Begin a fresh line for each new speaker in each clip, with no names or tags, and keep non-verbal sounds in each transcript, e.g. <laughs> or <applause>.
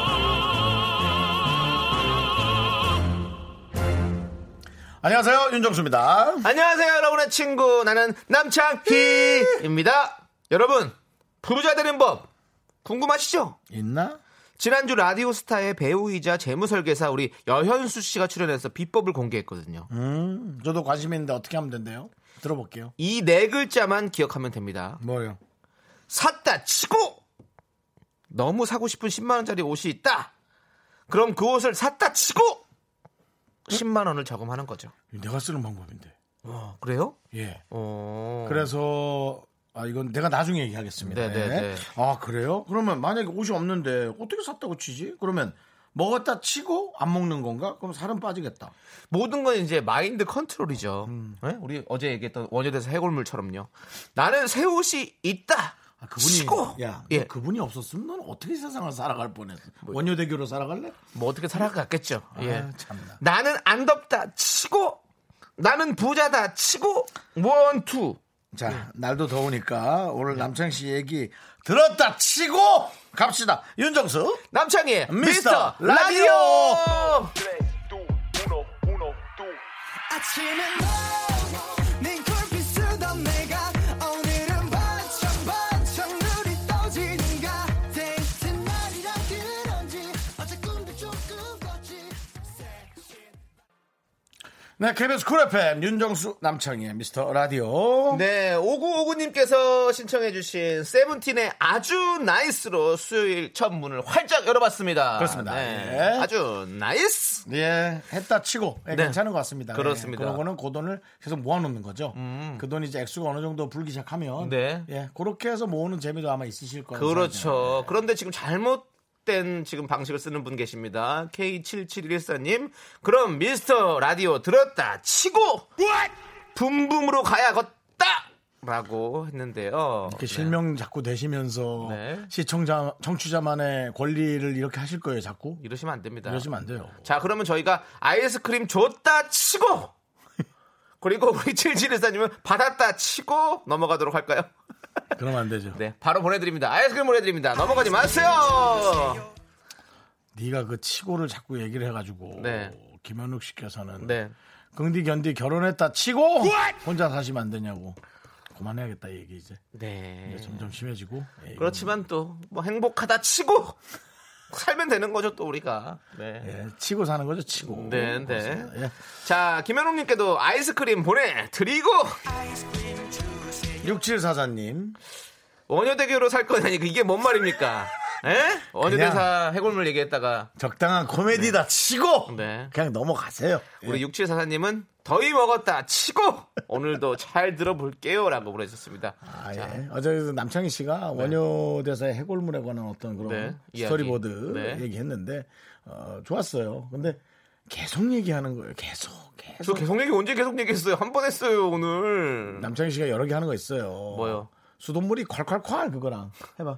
안녕하세요 윤정수입니다.
안녕하세요, 여러분의 친구. 나는 남창희입니다. 여러분, 부부자 되는 법 궁금하시죠?
있나?
지난주 라디오스타의 배우이자 재무설계사 우리 여현수 씨가 출연해서 비법을 공개했거든요.
음, 저도 관심 있는데 어떻게 하면 된대요? 들어볼게요.
이 네 글자만 기억하면 됩니다.
뭐요?
샀다 치고 너무 사고 싶은 10만 원짜리 옷이 있다. 그럼 그 옷을 샀다 치고 10만 원을 저금하는 거죠.
내가 쓰는 방법인데.
어, 그래요?
예.
어.
그래서 아 이건 내가 나중에 얘기하겠습니다.
네, 네,
예.
네.
아 그래요? 그러면 만약에 옷이 없는데 어떻게 샀다고 치지? 그러면 먹었다 치고 안 먹는 건가? 그럼 살은 빠지겠다.
모든 건 이제 마인드 컨트롤이죠. 예? 우리 어제 얘기했던 원효대사 해골물처럼요. 나는 새 옷이 있다.
아, 그분이
치고
야,
예.
너 그분이 없었으면 넌 어떻게 세상을 살아갈 뻔했어? 원효대교로 살아갈래?
뭐 어떻게 살아갔겠죠. 예.
아, 참나.
나는 안 덥다 치고 나는 부자다 치고 원투
자, 날도 더우니까 오늘 남창 씨 얘기 들었다 치고 갑시다. 윤정수.
남창희의
미스터
미스터,
라디오.
라디오.
아침엔 너네 굴빛 쓰던 내가 오늘은 반짝 반짝 눈이 떠지는가 데이트 날이라 그런지 어제 꿈도 조금 꿨지
네, KBS 쿨 FM 윤정수 남창희의 미스터 라디오.
네, 5959님께서 신청해주신 세븐틴의 아주 나이스로 수요일 첫 문을 활짝 열어봤습니다.
그렇습니다.
네,
예.
아주 나이스.
예, 했다 치고 예,
네.
괜찮은 것 같습니다.
그렇습니다. 음.
예, 그러고는 그 돈을 계속 모아놓는 거죠. 그 돈이 이제 액수가 어느 정도 불기 시작하면
네.
예, 그렇게 해서 모으는 재미도 아마 있으실 거예요. 네.
그렇죠. 그런데 지금 잘못된 지금 방식을 쓰는 분 계십니다. K7714님. 그럼 미스터 라디오 들었다 치고 붐붐으로 가야겠다! 라고 했는데요.
이렇게 실명 자꾸 되시면서
네.
시청자 청취자만의 권리를 이렇게 하실 거예요, 자꾸
네, 이러시면 안 됩니다.
이러시면 안 돼요.
자, 그러면 저희가 아이스크림 줬다 치고
<laughs>
그리고 우리 7714님은 받았다 치고 넘어가도록 할까요?
그러면 안 되죠.
네, 바로 보내드립니다. 아이스크림 보내드립니다. 넘어가지 마세요.
네가 그 치고를 자꾸 얘기를 해가지고
네.
김현욱 씨께서는
네,
긍디 견디 결혼했다 치고 혼자 사시면 안 되냐고 그만해야겠다 이 얘기 이제
네.
점점 심해지고 예,
그렇지만 또 뭐 행복하다 치고 <laughs> 살면 되는 거죠 또 우리가. 네.
예, 치고 사는 거죠 치고
네, 네.
그렇습니다. 예.
자, 김현웅님께도 아이스크림 보내드리고
6744님
원효대교로 살 거냐니 이게 뭔 말입니까? 예? 원효대사 해골물 얘기했다가
적당한 코미디다 치고
네.
그냥 넘어가세요 예.
우리 6744님은 더위 먹었다 치고 오늘도 잘 들어볼게요 라고 보내주셨습니다.
아, 예. 어제 남창희 씨가 원효대사의 해골물에 관한 어떤 그런
네, 이야기.
스토리보드
네.
얘기했는데 어, 좋았어요 근데 계속 얘기하는 거예요 계속 계속
저 계속 얘기 언제 계속 얘기했어요? 한 번 했어요 오늘.
남창희 씨가 여러 개 하는 거 있어요
뭐요?
수돗물이 콸콸콸 그거랑 해봐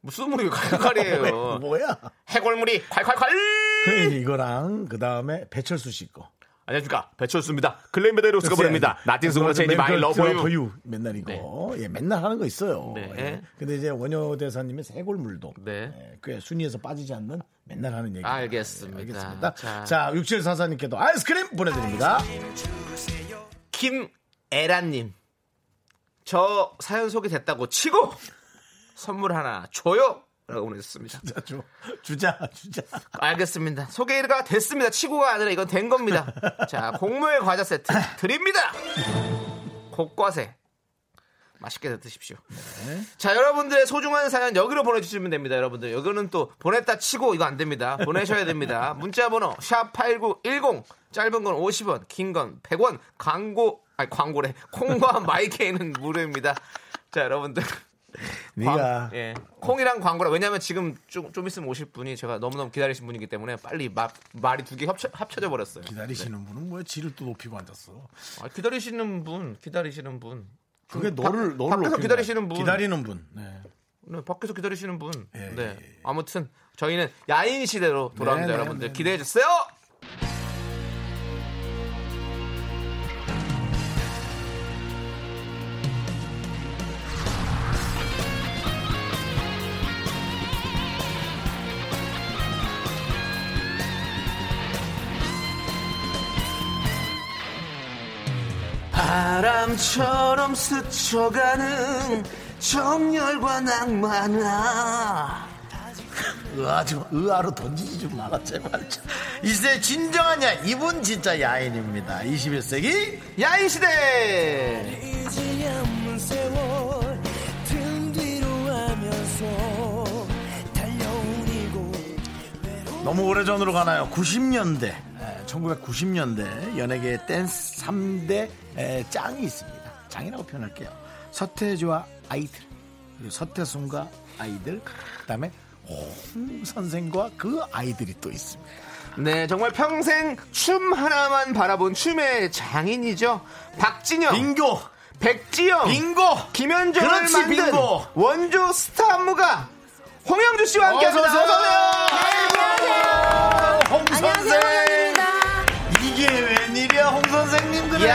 무슨 물이 콸콸콸이에요.
뭐야 그러니까
해골물이 콸콸콸!
이거랑 그 다음에 배철수 씨 거.
안녕하십니까 배철수입니다. 글렌 베데로스가 보냅니다. 나띵 송으로 체인지 마이 러브 유.
유 맨날 이거 예 맨날 하는 거 있어요.
네.
예. 근데 이제 원효 대사님의 세골물도
네.
예, 꽤 순위에서 빠지지 않는 맨날 하는 얘기.
알겠습니다.
알겠습니다.
자.
자, 육칠사사님께도 아이스크림 보내드립니다.
김애라님 저 사연 소개됐다고 치고 선물 하나 줘요 라고 보내주셨습니다.
자, 주, 주자 주자.
알겠습니다. 소개가 됐습니다. 치고가 아니라 이건 된 겁니다. 자, 곡물 과자 세트 드립니다. 곡과세. 맛있게 드십시오. 자, 여러분들의 소중한 사연 여기로 보내주시면 됩니다. 여러분들 여기는 또 보냈다 치고 이거 안 됩니다. 보내셔야 됩니다. 문자번호 샵 #8910 짧은 건 50원, 긴 건 100원. 광고 아니 광고래 콩과 마이케이는 무료입니다. 자, 여러분들
네가
예. 콩이랑 광고라. 왜냐면 지금 좀, 좀 있으면 오실 분이 제가 너무너무 기다리신 분이기 때문에 빨리 마, 말이 두 개 합쳐, 합쳐져 버렸어요.
기다리시는
네.
분은 뭐야 지를 또 높이고 앉았어.
아, 기다리시는 분, 기다리시는 분.
그게
좀
너를
밖-
너를
밖에서
높이고
기다리시는 분.
기다리는 분. 네.
네, 밖에서 기다리시는 분.
예,
네.
예, 예.
아무튼 저희는 야인 시대로 돌아옵니다,
네, 네,
여러분들.
네, 네.
기대해 주세요. 바람처럼 스쳐가는 정열과 낭만아.
<laughs> 으아 좀 으아로 던지지 좀 마라 제발. <laughs> 이 시대 진정한 야 이분 진짜 야인입니다. 21세기
야인 시대
이제 남은 세월 등 뒤로 하면서 달려온 이곳
너무 오래전으로 가나요? 90년대, 1990년대 연예계의 댄스 3대 예, 짱이 있습니다. 짱이라고 표현할게요. 서태지와 아이들, 그리고 서태순과 아이들, 그다음에 홍 선생과 그 아이들이 또 있습니다.
네 정말 평생 춤 하나만 바라본 춤의 장인이죠 박진영
빙고,
백지영
빙고,
김현정을
그렇지,
만든
빙고.
원조 스타 안무가 홍영주 씨와 함께합니다
어서 오세요.
어서오세요
홍
안녕하세요,
선생.
원영입니다.
이게 웬일이야, 홍 선생님
예.
그래.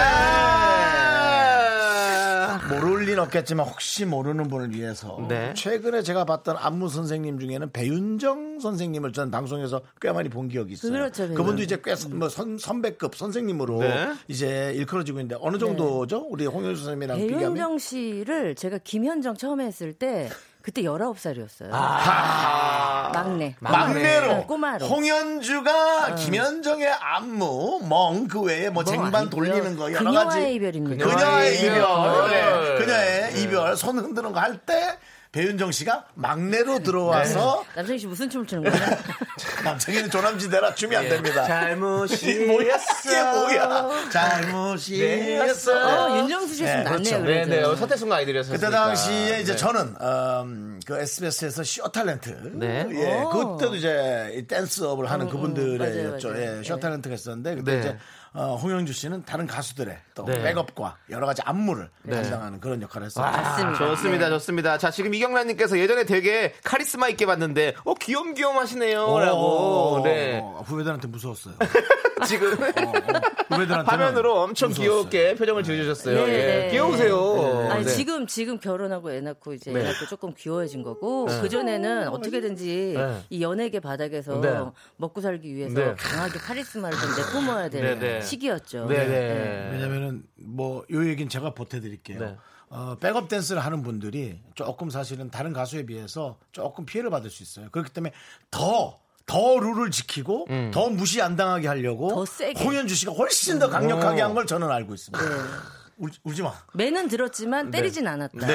이야
모를 일 없겠지만 혹시 모르는 분을 위해서
네.
최근에 제가 봤던 안무 선생님 중에는 배윤정 선생님을 저는 방송에서 꽤 많이 본 기억이 있어요.
그렇죠, 배윤정.
분도 이제 꽤 선, 뭐 선, 선배급 선생님으로
네.
이제 일컬어지고 있는데 어느 정도죠? 우리 홍현수 선생님이랑 비교하면
네. 배윤정 씨를 제가 김현정 처음에 했을 때 그때 19살이었어요. 아. 막내.
아,
네,
막내로
꼬마로. 어.
홍현주가 김현정의 안무 멍 그 외에 뭐 쟁반
아니고요.
돌리는 거 여러
그녀와의
가지
아, 이별입니다.
그녀의
그녀와의
이별,
이별.
네. 그녀의 이별 손 흔드는 거 할 때 배윤정 씨가 막내로 들어와서
남성희 씨 무슨 춤을 추는 거예요?
<laughs> 남성이는 조남지대라 춤이 안 됩니다. 이게 뭐야? 이게
예. 잘못이었어 네.
뭐야? 잘못이었어.
어, 윤정수
네,
씨였으면 낫네요.
그렇죠.
그래도.
네네 서태순과 아이들이었어요
그때 당시에
네.
이제 저는 음, 그 SBS에서 쇼 탤런트
네.
예
오.
그때도 이제 이 댄스업을 하는 그분들의였죠
맞아요, 맞아요.
예, 쇼 탤런트가 있었는데 그때
네.
이제 어, 홍영주 씨는 다른 가수들의 또
네.
백업과 여러 가지 안무를 담당하는 그런 역할을 했었죠.
아, 좋습니다, 좋습니다. 자, 지금 이경란님께서 예전에 되게 카리스마 있게 봤는데, 어, 귀염귀염 하시네요. 라고.
오,
네.
어, 후배들한테 무서웠어요.
<laughs> 지금.
후배들한테
<laughs> 화면으로 엄청 귀엽게 표정을 지으셨어요.
네,
예.
네.
귀여우세요.
아니,
네.
지금, 지금 결혼하고 애 낳고 이제
네.
애 낳고 조금 귀여워진 거고, 그전에는 어떻게든지
네.
이 연예계 바닥에서
네.
먹고 살기 위해서
네.
강하게 카리스마를 좀 내뿜어야 되는
네, 네.
시기였죠.
네,
네.
네.
왜냐면은 뭐 요 얘기는 제가 보태드릴게요.
네.
어, 백업 댄스를 하는 분들이 조금 사실은 다른 가수에 비해서 조금 피해를 받을 수 있어요. 그렇기 때문에 더 더 룰을 지키고
음.
더 무시 안 당하게 하려고
더 세게.
홍현주 씨가 훨씬 더 강력하게 한 걸 저는 알고 있습니다.
네.
<laughs> 울, 울지 마.
매는 들었지만
네.
때리진 않았다.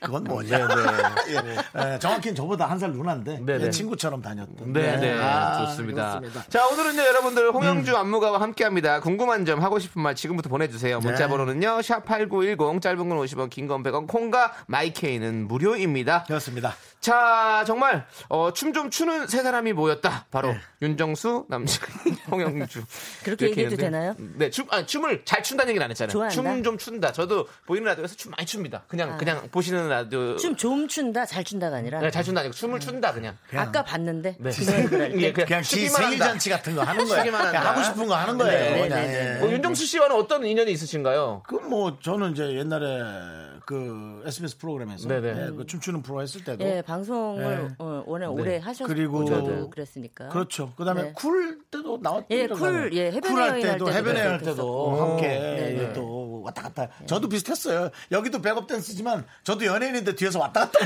그건 뭐냐. <laughs> 예. 예, 정확히는 저보다 한 살 누나인데
네, 네.
예, 친구처럼 다녔던.
네, 네,
아,
좋습니다.
그렇습니다.
자, 오늘은요, 여러분들,
음.
홍영주 안무가와 함께 합니다. 궁금한 점, 하고 싶은 말 지금부터
네.
보내주세요. 문자 번호는요, 샵8910, 짧은 건 50원, 긴 건 100원, 콩과 마이케이는 무료입니다.
그렇습니다.
자, 정말 어, 춤 좀 추는 세 사람이 모였다. 바로 윤정수, 남자, <laughs> 홍영주.
네. <laughs> 그렇게
이렇게 했는데,
얘기해도 되나요?
네, 춤, 아니, 춤을 잘 춘다는 얘기는 안 했잖아요.
좋아한다? 아.
춤 좀 춘다. 저도 보이는 라디오에서 춤 많이 춥니다. 그냥 그냥 보시는 라디오
춤 좀 춘다, 잘 춘다가 아니라.
네, 잘 춘다 아니고 춤을 춘다 그냥.
아까 봤는데.
네. <laughs> 예,
네.
그냥 지
추기만
생일
한다.
잔치 같은 거 하는 거야.
추기만
그냥
한다.
하고 싶은 거 하는 거예요.
네,
그냥,
네, 네,
예.
어, 윤정수 씨와는 어떤 인연이 있으신가요?
그 뭐 저는 이제 옛날에 그 SBS 프로그램에서
네네.
예, 그 춤추는 프로 했을 때도
네.
예, 방송을
네.
어, 워낙 오래 하셨고
그리고
저도 그랬으니까.
그렇죠. 그다음에
네.
쿨 때도 나왔던
예, 쿨, 예, 해변의
쿨할
여인 할
때도
때도
해변의 여인 할
그랬었고.
음.
때도 함께 이게 또 왔다 갔다. 저도 비슷했어요. 여기도 백업 댄스지만 저도 연예인인데 뒤에서 왔다 갔다.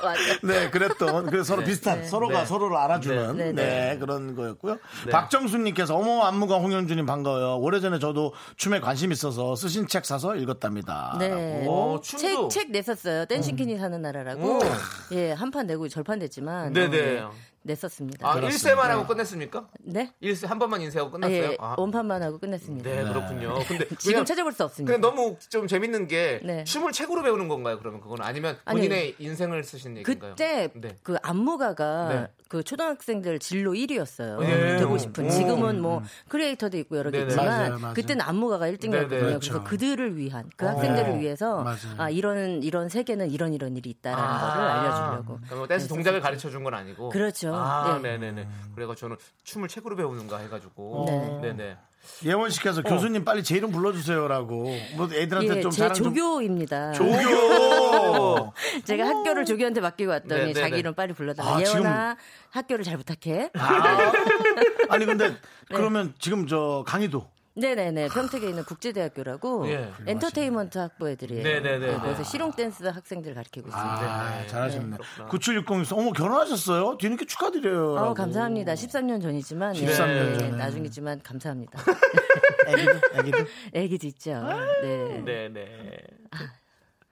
맞아요.
네, 그랬던 그래서 서로 비슷한 서로가
네.
서로를 알아주는 네,
네, 네.
그런 거였고요. 박정수님께서 어머 안무가 홍현주님 반가워요. 오래전에 저도 춤에 관심 있어서 쓰신 책 사서 읽었답니다.
네.
아, 오, 춤도. 음.
책, 책 냈었어요. 댄싱퀸이 사는 나라라고. 예, 한 판 내고 절판 됐지만.
네네.
어, 냈었습니다.
아,
그렇습니다.
일세만 하고 끝냈습니까?
네?
일세 한 번만 인쇄하고
아,
끝났어요.
예,
아,
원판만 하고 끝냈습니다.
네, 그렇군요. 근데
지금
왜냐면-
찾아볼 수 없습니다.
근데 너무 좀 재밌는 게
네.
춤을 책으로 배우는 건가요? 그러면 그건 아니면
아니요.
본인의 인생을 쓰신 얘기인가요?
그때
네.
그 안무가가
네.
그 초등학생들 진로 1위였어요.
예.
되고
오.
싶은. 지금은 뭐 크리에이터도 있고 여러 개
네네.
있지만
음, 맞아요, 맞아요.
그때는 안무가가 1등이었거든요.
네네.
그렇죠. 어, 네.
그래서 그들을 위한 그 학생들을 위해서
맞아요.
아 이런 이런 세계는 이런 이런 일이 있다라는
아.
거를 아, 알려주려고.
그러니까 뭐 댄스 동작을 가르쳐 준 건 아니고.
그렇죠.
아,
네.
네. 네네 그래서 저는 춤을 책으로 배우는가 해가지고.
네.
네네.
예원씨께서 교수님 빨리 제 이름 불러주세요라고 뭐 애들한테
어. 예,
좀
제
자랑
조교입니다.
좀 조교
<laughs> 제가 학교를 조교한테 맡기고 왔더니
네네네.
자기 이름 빨리 불러달라.
아,
예원아, 학교를 잘 부탁해.
아니 근데 그러면 지금 저 강의도
네네네. 평택에 있는 국제대학교라고
예.
엔터테인먼트 학부 애들이에요.
네네네.
네, 그래서 실용댄스 학생들 가르치고 있습니다.
아 잘하셨네
그렇구나.
9760에서 어머 결혼하셨어요 뒤늦게 축하드려요
아우, 감사합니다. 13년 전이지만.
13년
예,
전에.
나중이지만 감사합니다.
애기들 애기들
애기도 있죠. 네.
네네.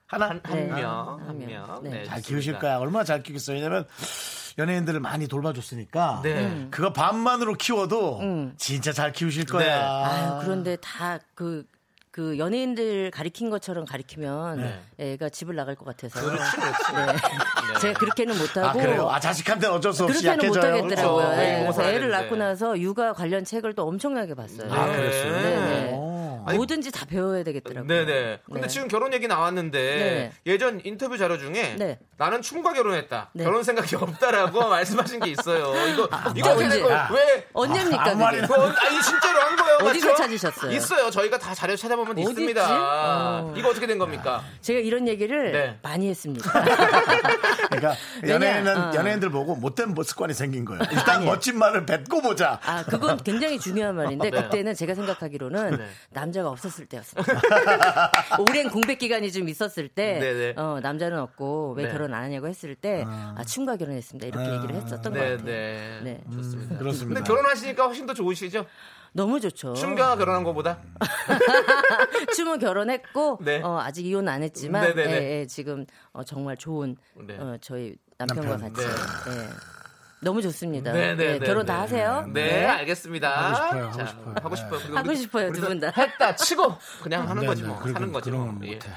하나
한, 한
아. 네.
명,
한
한
명.
명.
네.
네,
잘
좋습니다.
키우실 거야 얼마나 잘 키우겠어요 왜냐면 연예인들을 많이 돌봐줬으니까
네. 음.
그거 반만으로 키워도 진짜 잘 키우실 거야
네.
음. 아유, 그런데 다 그, 그 연예인들 가리킨 것처럼 가리키면 애가 집을 나갈 것 같아서.
그렇지,
<laughs>
그렇지. 네.
제가 그렇게는
아
못하고.
그래요 아 자식한테 어쩔 수 없이
그렇게는
약해져요
못하겠더라고요.
그렇죠.
예,
네,
그래서
먹어야
애를
되는데.
낳고 나서 육아 관련 책을 또 엄청나게 봤어요.
아 그랬어요
네.
오.
아니,
뭐든지 다 배워야 되겠더라고요.
네네. 근데
네.
지금 결혼 얘기 나왔는데
네.
예전 인터뷰 자료 중에
네.
나는 춤과 결혼했다.
네. 아,
결혼 생각이 없다라고 <laughs> 말씀하신 게 있어요. 이거 이거 어떻게 된
언제?
거예요? 왜?
언제입니까?
아무 말이나
그게?
그거 언- 아니 진짜로 한 거예요.
어디서
맞죠?
찾으셨어요?
있어요. 저희가 다 자료 찾아보면
어디 있지?
있습니다.
어.
이거 어떻게 된 겁니까?
제가 이런 얘기를
네.
많이 했습니다.
그러니까
왜냐,
연예인은
어.
연예인들 보고 못된 뭐 습관이 생긴 거예요. 일단 멋진 말을 뱉고 보자.
아, 그건 굉장히 중요한 말인데
<laughs> 네.
그때는 제가 생각하기로는
네.
남자가 없었을 때였습니다. <laughs> 오랜 공백 기간이 좀 있었을 때
네네.
어, 남자는 없고 왜
네.
결혼 안 하냐고 했을 때 아, 춤과 결혼했습니다. 이렇게 얘기를 했었던 것 같아요.
네네.
네.
좋습니다.
음, 그렇습니다.
근데 결혼하시니까 훨씬 더 좋으시죠?
너무 좋죠.
춤과 결혼한 것보다.
<laughs> 춤은 결혼했고
네.
어, 아직 이혼 안 했지만
네네네.
예, 예, 지금 어, 정말 좋은
네.
어, 저희 남편과
남편.
같이 예. 너무 좋습니다.
네네네.
예, 결혼 다 하세요.
네, 알겠습니다.
하고 싶어요, 하고
자,
싶어요.
하고 싶어요. 그리고
하고
우리-
싶어요 두 분 다.
했다 치고 그냥 하는
네,
거지
네,
뭐
그리고
하는 거지
그런
뭐.
건
예.
못해.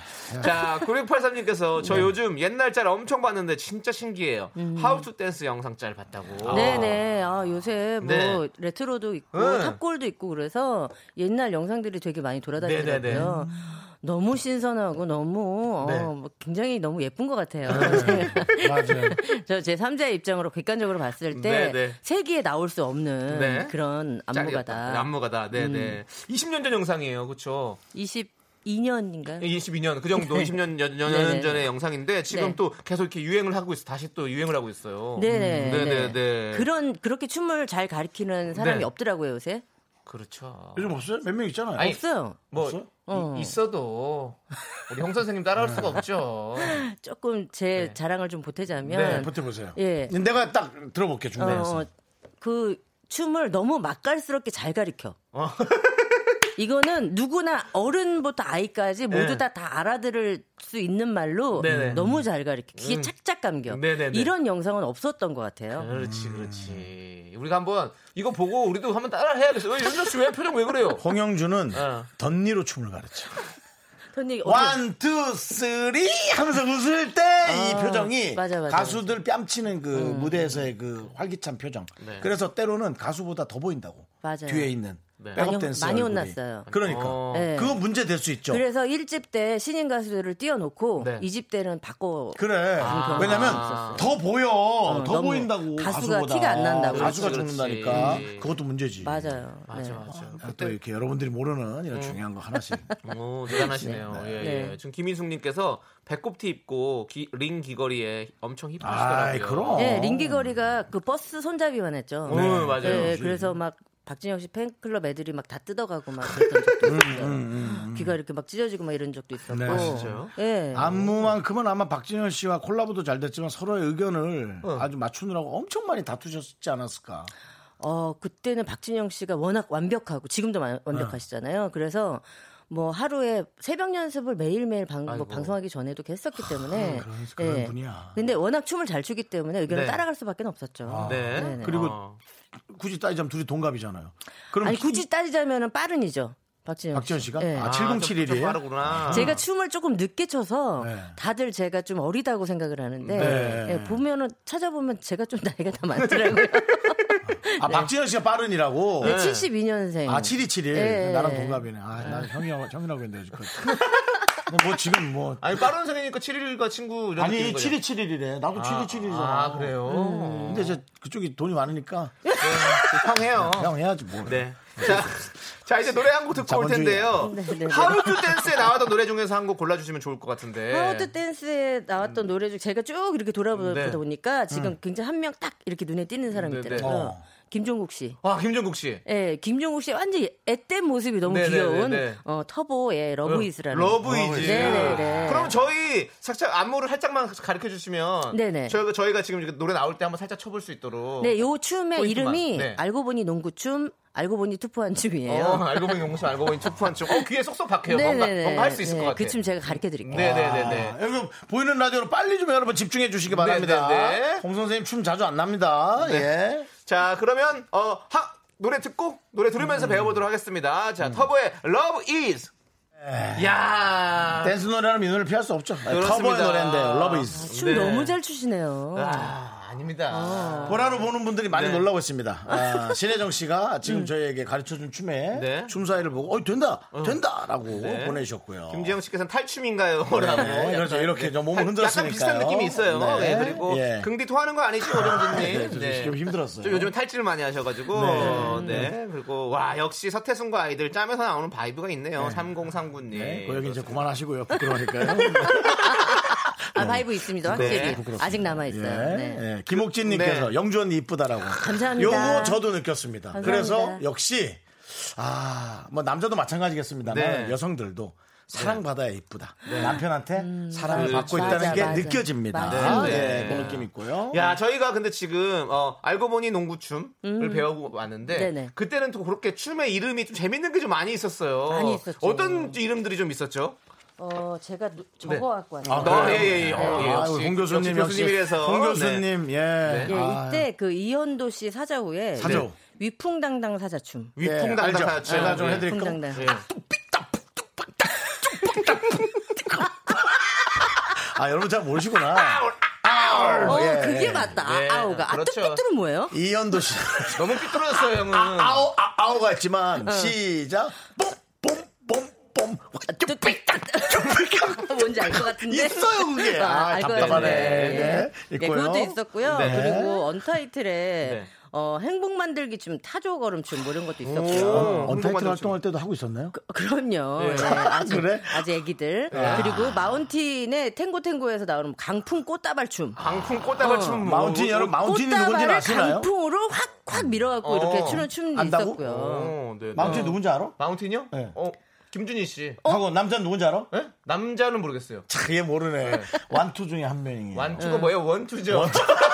자 9683님께서
네.
저 요즘 옛날 짤 엄청 봤는데 진짜 신기해요 하우 투 댄스 영상 짤 봤다고
네네. 음. 아, 요새 뭐
네.
레트로도 있고
응.
탑골도 있고 그래서 옛날 영상들이 되게 많이
네네네.
돌아다니더라고요. 너무 신선하고 너무 어,
네.
뭐 굉장히 너무 예쁜
<laughs>
것 같아요.
맞아요.
<laughs> 저 제 3자의 입장으로 객관적으로 봤을 때
네네.
세기에 나올 수 없는
네.
그런
짤이었다. 네,
안무가다. 음.
안무가다 네네 20년 전 영상이에요 그쵸
22년인가요?
22년 그 정도 20년 여- 여-
네,
년
네.
전의 영상인데 지금
네.
또 계속 이렇게 유행을 하고 있어 다시 또 유행을 하고 있어요
네네.
음, 네네네
그런 그렇게 춤을 잘 가르치는 사람이
네.
없더라고요 요새.
그렇죠
요즘 없어요? 몇 명 있잖아요.
아니,
없어요. 음.
뭐
없어?
이- 있어도 우리 홍 선생님 따라올 수가 없죠
조금 제
네.
자랑을 좀 보태자면
네, 버텨보세요.
예.
내가 딱 들어볼게 요 중간에서.
어, 그 춤을 너무 맛깔스럽게 잘 가르쳐.
어.
<laughs> 이거는 누구나 어른부터 아이까지 모두
네.
다 다 알아들을 수 있는 말로
네네.
너무 잘 가르쳐. 귀에
음.
착착 감겨.
네네네.
이런 영상은 없었던 것 같아요.
그렇지, 그렇지. 우리가 한번 이거 보고 우리도 한번 따라 해야겠어. 왜 윤정 씨왜 표정 왜 그래요?
홍영주는
어.
덧니로 춤을 가르쳐. 그
선생님, 어떻게-
원, 투, 쓰리 하면서 웃을 때 이 표정이
맞아, 음. 맞아,
가수들 뺨치는 그 무대에서의 그 활기찬 표정.
네.
그래서 때로는 가수보다 더 보인다고.
맞아요.
뒤에 있는
네.
백업
많이 혼-
댄스
많이
얼굴이.
혼났어요.
그러니까
어.
네.
그거 문제 될 수 있죠.
그래서 1집 때 신인 가수들을 띄워놓고
네.
이 2집 때는 바꿔.
그래. 음.
아.
왜냐면
아. 어,
더 보여. 더
너무
보인다고.
가수가
가수보다.
티가 안 난다고.
가수가
그렇지,
죽는다니까.
그렇지.
그것도 문제지.
맞아요. 음.
맞아,
네.
맞아.
아, 또 이렇게 여러분들이 모르는 이런 중요한 거 하나씩.
오, 대단하시네요. 예, 예.
네.
지금 김인숙님께서 배꼽티 입고 기- 링 귀걸이에 엄청
아이,
힙하시더라고요. 네.
그럼.
예, 링기거리가 그 버스 손잡이만 했죠.
네.
오, 맞아요.
예, 그래서 막 박진영 씨 팬클럽 애들이 막 다 뜯어가고 막 그랬던 적도
음,
있었어요. 귀가 이렇게 막 찢어지고 막 이런 적도 있었고.
네. 아,
진짜요?
예.
안무만큼은 아마 박진현 씨와 콜라보도 잘 됐지만 서로의 의견을
어.
아주 맞추느라고 엄청 많이 다투셨지 않았을까. 네.
어, 그때는 박진영 씨가 워낙 완벽하고 지금도 마- 완벽하시잖아요. 그래서 뭐 하루에 새벽 연습을 매일매일 방, 뭐
아이고.
방송하기 전에도 계속 했었기 때문에
아,
예.
그런- 그런 분이야.
근데 워낙 춤을 잘 추기 때문에 의견을
네.
따라갈 수밖에 없었죠.
네.
네네.
아. 그리고
어.
굳이 따지자면 둘이 동갑이잖아요. 그럼
아니 굳이 따지자면은 빠른이죠. 박진영 씨.
박지현 씨가
네.
아,
좀, 좀
7071이에요.
빠르구나.
제가 춤을 조금 늦게 춰서
네.
다들 제가 좀 어리다고 생각을 하는데
네.
예, 보면은 찾아보면 제가 좀 나이가
<laughs>
더 많더라고요.
아 박지현 씨가 빠른이라고.
네, 72년생.
아 7271.
네.
나랑 동갑이네. 아난 형이 형이라고 했는데 지금.
<laughs>
뭐 지금 뭐
아니 빠른 생이니까 7일과 친구 이런
아니
느낌인 거죠?
7271이래. 나도 7271이잖아.
아 그래요. 네,
근데 저 그쪽이 돈이 많으니까
형해요.
그냥 해야지 뭐.
네. 자, 자 이제 노래 한 곡 듣고 올
자본주의.
텐데요.
네, 네, 네.
하우투 댄스에 나왔던 노래 중에서 한 곡 골라주시면 좋을 것 같은데.
하우트 네. 댄스에 나왔던 노래 중 제가 쭉 이렇게 돌아보다
음. 네.
보니까 지금 굉장히 한 명 딱 이렇게 눈에 띄는 사람이
네, 네.
있더라고요.
어.
김종국 씨.
와 김종국 씨.
예, 김종국 씨의 완전 히 앳된 모습이 너무
네, 네,
귀여운
네, 네.
어, 터보의 러브이즈라는.
러브이즈.
네네네.
그럼 저희 살짝 안무를 살짝만 가르쳐 주시면
네네.
저희가 저희가 지금 이렇게 노래 나올 때 한번 살짝 쳐볼 수 있도록.
네, 요 춤의
포인트만.
이름이
네.
알고 보니 농구춤, 알고 보니 투포한
어,
춤이에요. 네,
알고 보니 용수 알고 보니 투프한 쪽. 어 귀에 쏙쏙 박혀요. 뭔가 뭔가 할 수 있을 것 같아요.
그춤 제가 가르쳐 드릴게요.
네네네네.
아, 여기 보이는 라디오로 빨리 좀 여러분 집중해 주시기 바랍니다.
네, 네, 네.
홍 선생님 춤 자주 안 납니다. 예.
자 그러면 어 하, 노래 듣고 노래 들으면서
음.
배워보도록 하겠습니다. 자 터보의 Love Is. 야.
댄스 노래는 이 노래를 피할 수 없죠.
아, 그렇습니다.
터보의 노래인데 러브 이즈.
아, 춤
네.
너무 잘 추시네요.
아 아닙니다. 네.
보라로 보는 분들이 많이 놀라고 있습니다.
<laughs>
아, 신혜정 씨가 지금 저희에게 가르쳐준 춤에
음. 네.
춤사위를 보고 어 된다 된다라고 보내주셨고요.
김지영 씨께서는 탈춤인가요? 라고.
네, 그렇죠. 이렇게 저 몸을 흔들었으니까.
약간 비슷한 느낌이 있어요. 네, 그리고
예.
긍디 토하는 거 아니죠,
네,
오정진님?
좀, 좀 힘들었어요.
좀 요즘 탈질 많이 하셔가지고 네. 그리고 와 역시 서태순과 아이들 짬에서 나오는 바이브가 있네요. 3039님.
네, 그 얘기 이제 그만하시고요. 부끄러우니까요.
<laughs>
아, 바이브 있습니다. 확실히.
부끄럽습니다.
아직 남아 있어요.
예.
네. 아,
예. 김옥진님께서
네.
영주 언니 이쁘다라고.
감사합니다.
요거 저도 느꼈습니다.
감사합니다.
그래서 역시 아, 뭐 남자도 마찬가지겠습니다만
네.
여성들도 사랑받아야 이쁘다. 남편한테 사랑을 받고
음, 맞아,
있다는 게
맞아.
느껴집니다.
맞아.
네,
네.
그 느낌 있고요.
야, 저희가 근데 지금 어, 알고 보니 농구춤을 배우고 왔는데
음. 네네.
그때는 또 그렇게 춤의 이름이 좀 재밌는 게 좀 많이 있었어요.
많이 있었죠.
어떤 이름들이 좀 있었죠?
어, 제가 누- 적어 갖고 왔어요.
아,
너,
그래요?
예, 예, 예. 어, 예,
아유,
역시,
홍 교수님
역시
역시
교수님이라서. 네.
홍 교수님 예.
예,
아,
이때 그 이현도 씨 사자후에
사자후.
네. 위풍당당 사자춤. 네,
예, 알죠.
위풍당당 춤.
제가 좀
예.
해드릴까?
위풍당당.
아 여러분 잘 모르시구나.
어,
예, 예.
그게 맞다.
네.
아, 아우가. 아,
그렇죠.
뚝뚝뚝은 뭐예요?
이현도 씨.
너무 삐뚤어졌어요, 형은.
아오 아, 아오가 있지만
음.
시작 뽕뽕뽕뽕
뚝딱딱. <laughs> 뭔지 알 것 같은데.
있어요, 그게. 아,
알것
답답하네.
같은데.
네,
네,
있고요.
그것도 있었고요.
네.
그리고 언타이틀에
네.
어, 행복 만들기 춤, 타조 걸음춤 뭐 이런 것도
오.
있었고요.
어, 언타이틀
운동하는
활동할 때도 하고 있었나요?
<laughs> 그럼요. 예, 아직,
그래?
아직 애기들. 그리고 마운틴의 탱고탱고에서 나오는 강풍 꽃다발 춤.
강풍 꽃다발
어.
춤.
마운틴
뭐,
여러분 마운틴이 누군지
꽃다발을
아시나요?
강풍으로 확 확 밀어갖고
어.
이렇게 추는 춤도
안다고?
있었고요.
어, 네, 네.
마운틴 누군지 알아?
마운틴이요?
네. 어?
어, 김준희 씨.
하고 남자는 누군지 알아?
예? 남자는 모르겠어요.
차, 얘 모르네. 완투 중에 한 명이에요.
완투가 뭐예요? 원투죠. <laughs>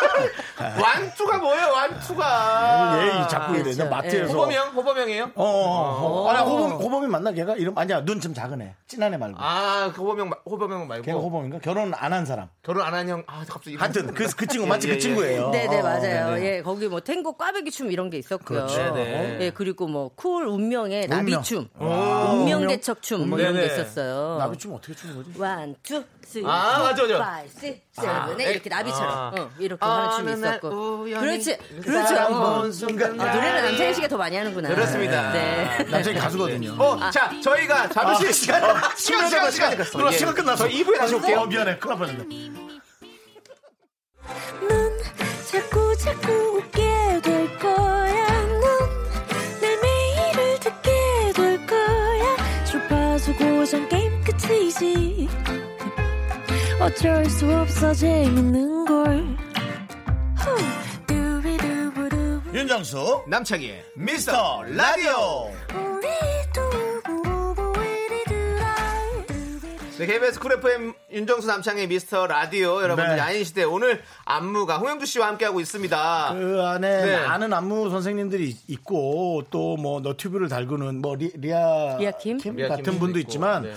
완투가 뭐예요? 완투가.
아, 얘 이- 자꾸 이래. 내
그렇죠.
마트에서.
아, 예. 호범형? 호범형이에요?
어, 어, 어. 아니, 호범, 호범이 맞나, 걔가? 이름, 아니야, 눈 좀 작은 애. 진한 애 말고.
아, 그 호범형, 마- 호범형 말고.
걔가 호범인가? 결혼 안 한 사람.
결혼 안 한 형. 아, 갑자기. 이거-
하여튼, 그, 그 친구,
예,
마치
예,
그
예.
친구예요.
네네
어,
맞아요.
네네.
예 거기 뭐 탱고 꽈배기 춤 이런 게 있었고요.
그렇죠.
네네.
예 그리고 뭐 쿨 운명의
운명.
나비 춤, 운명 대척 춤 뭐 이런 게
네네.
있었어요.
나비 춤 어떻게 추는 거지?
One, two, three,
그
아,
four,
맞아, 맞아.
five, six, seven, eight 이렇게 나비처럼
아.
어, 이렇게 하는
어느
춤이
날
있었고.
우연히
그렇지,
그
그렇죠.
사람
어.
본
네.
순간
아, 노래는
나를-
남창희 씨가 더 많이 하는구나.
그렇습니다.
네.
남자이 가수거든요.
어, 자, 저희가 잠시
아, 시간,
시간, 시간, 시간.
누나 시간 예. 끝나서
저 2부에 다시 올게요.
어, 미안해. 큰일 날 뻔했네.
넌 자꾸 자꾸 웃게 될 거야. 넌내 매일을 듣게 될 거야. 주파수 고정 게임 끝이지. 어쩔 수 없어 재밌는 걸. 후. 두비두부두.
윤정수,
남창희의
미스터 라디오.
우리 두부부부 우리 두라. 두비두부.
네, KBS 쿨 FM 윤정수 남창의 미스터 라디오 여러분들
네.
야인 시대 오늘 안무가 홍영주 씨와 함께하고 있습니다.
그 안에
네.
많은 안무 선생님들이 있- 있고 또 뭐 너튜브를 달구는 뭐 리, 아
리아 킴?
리아
같은
킴도
분도
있고,
있지만
네.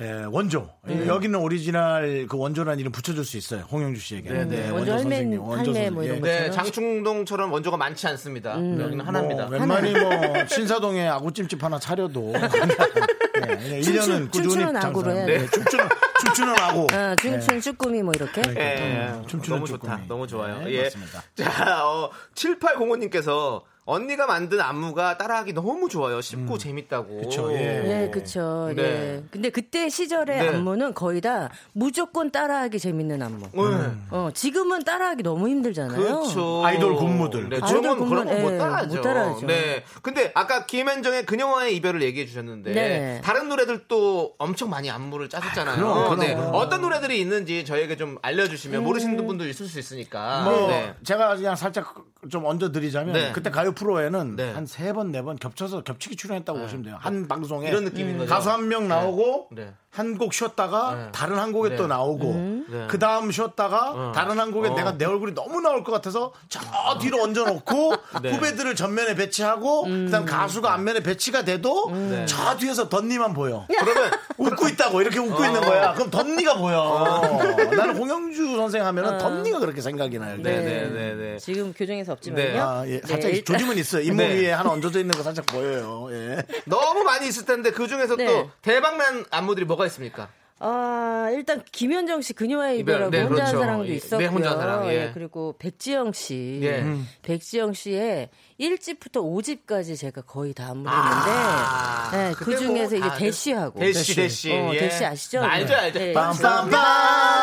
에, 원조 여기는 오리지널 그 원조라는 이름 붙여줄 수 있어요 홍영주 씨에게 네,
원조 할매, 할매 뭐 이런
예.
거.
네,
저는-
장충동처럼 원조가 많지 않습니다. 네, 여기는 하나입니다.
뭐 웬만히 뭐 신사동에 아구찜집 하나
<laughs>
차려도 네, 네,
춤추-
1년은 꾸준히
춤추는 악으로
장사.
해야
네, 춤추는 춤추는 아구
아, 춤춘 쭈꾸미 뭐 이렇게.
예,
음, 춤추는
너무 좋다.
쭈꾸미.
너무 좋아요.
네,
예.
맞습니다.
자, 어, 7805님께서 언니가 만든 안무가 따라하기 너무 좋아요. 쉽고 재밌다고.
음. 그쵸, 예.
네, 그쵸. 네.
네.
근데 그때 시절의
네.
안무는 거의 다 무조건 따라하기 재밌는 안무.
예.
음.
어, 지금은 따라하기 너무 힘들잖아요.
그렇죠.
아이돌 군무들.
네,
아이돌
지금은 그런
군무,
거못
예,
따라하죠.
못 따라하죠.
네. 근데 아까 김현정의 그녀와의 이별을 얘기해 주셨는데
네.
다른 노래들도 엄청 많이 안무를 짜셨잖아요.
그럼, 그럼.
네. 어떤 노래들이 있는지 저에게 좀 알려주시면 모르시는 분도 있을 수 있으니까.
뭐
네.
제가 그냥 살짝 좀 얹어드리자면
네.
그때 가요 프로에는
네.
한 세 번 네 번 겹쳐서 겹치기 출연했다고 보시면 돼요 한 방송에
이런 느낌인 거죠.
가수 한 명 나오고
네.
한 곡 쉬었다가
네.
다른 한 곡에
네.
또 나오고
네.
그 다음 쉬었다가 다른 한 곡에
어.
내가 내 얼굴이 너무 나올 것 같아서 저 뒤로 얹어놓고
<laughs> 네.
후배들을 전면에 배치하고 그다음 가수가 앞면에 배치가 돼도
네.
저 뒤에서 덧니만 보여.
그러면
웃고 있다고 이렇게 웃고 있는 거야. 그럼 덧니가 보여. 나는 홍영주 선생 하면은 덧니가 그렇게 생각이 나요.
네, 네, 네, 네.
지금 교정에서 없지만요.
네.
아, 예. 살짝
네, 일단-
조짐은 있어요. 잇몸
네.
위에 하나 얹어져 있는 거 살짝 보여요. 예.
너무 많이 있을 텐데 그 중에서
네.
또 대박난 안무들이 뭐가 있습니까?
아, 일단 김현정 씨 그녀와의
이별,
이별하고
네,
혼자 한
그렇죠.
사랑도
네,
있었고요.
혼자 한 사랑, 예.
그리고 백지영 씨.
예.
백지영 씨의 1집부터 5집까지 제가 거의 다 안무를
아,
했는데 네,
그때
그 중에서
뭐
이제
다
대쉬하고
대쉬, 대쉬.
어,
예.
대쉬 아시죠?
알죠,
네.
알죠.
네.
빰빰빰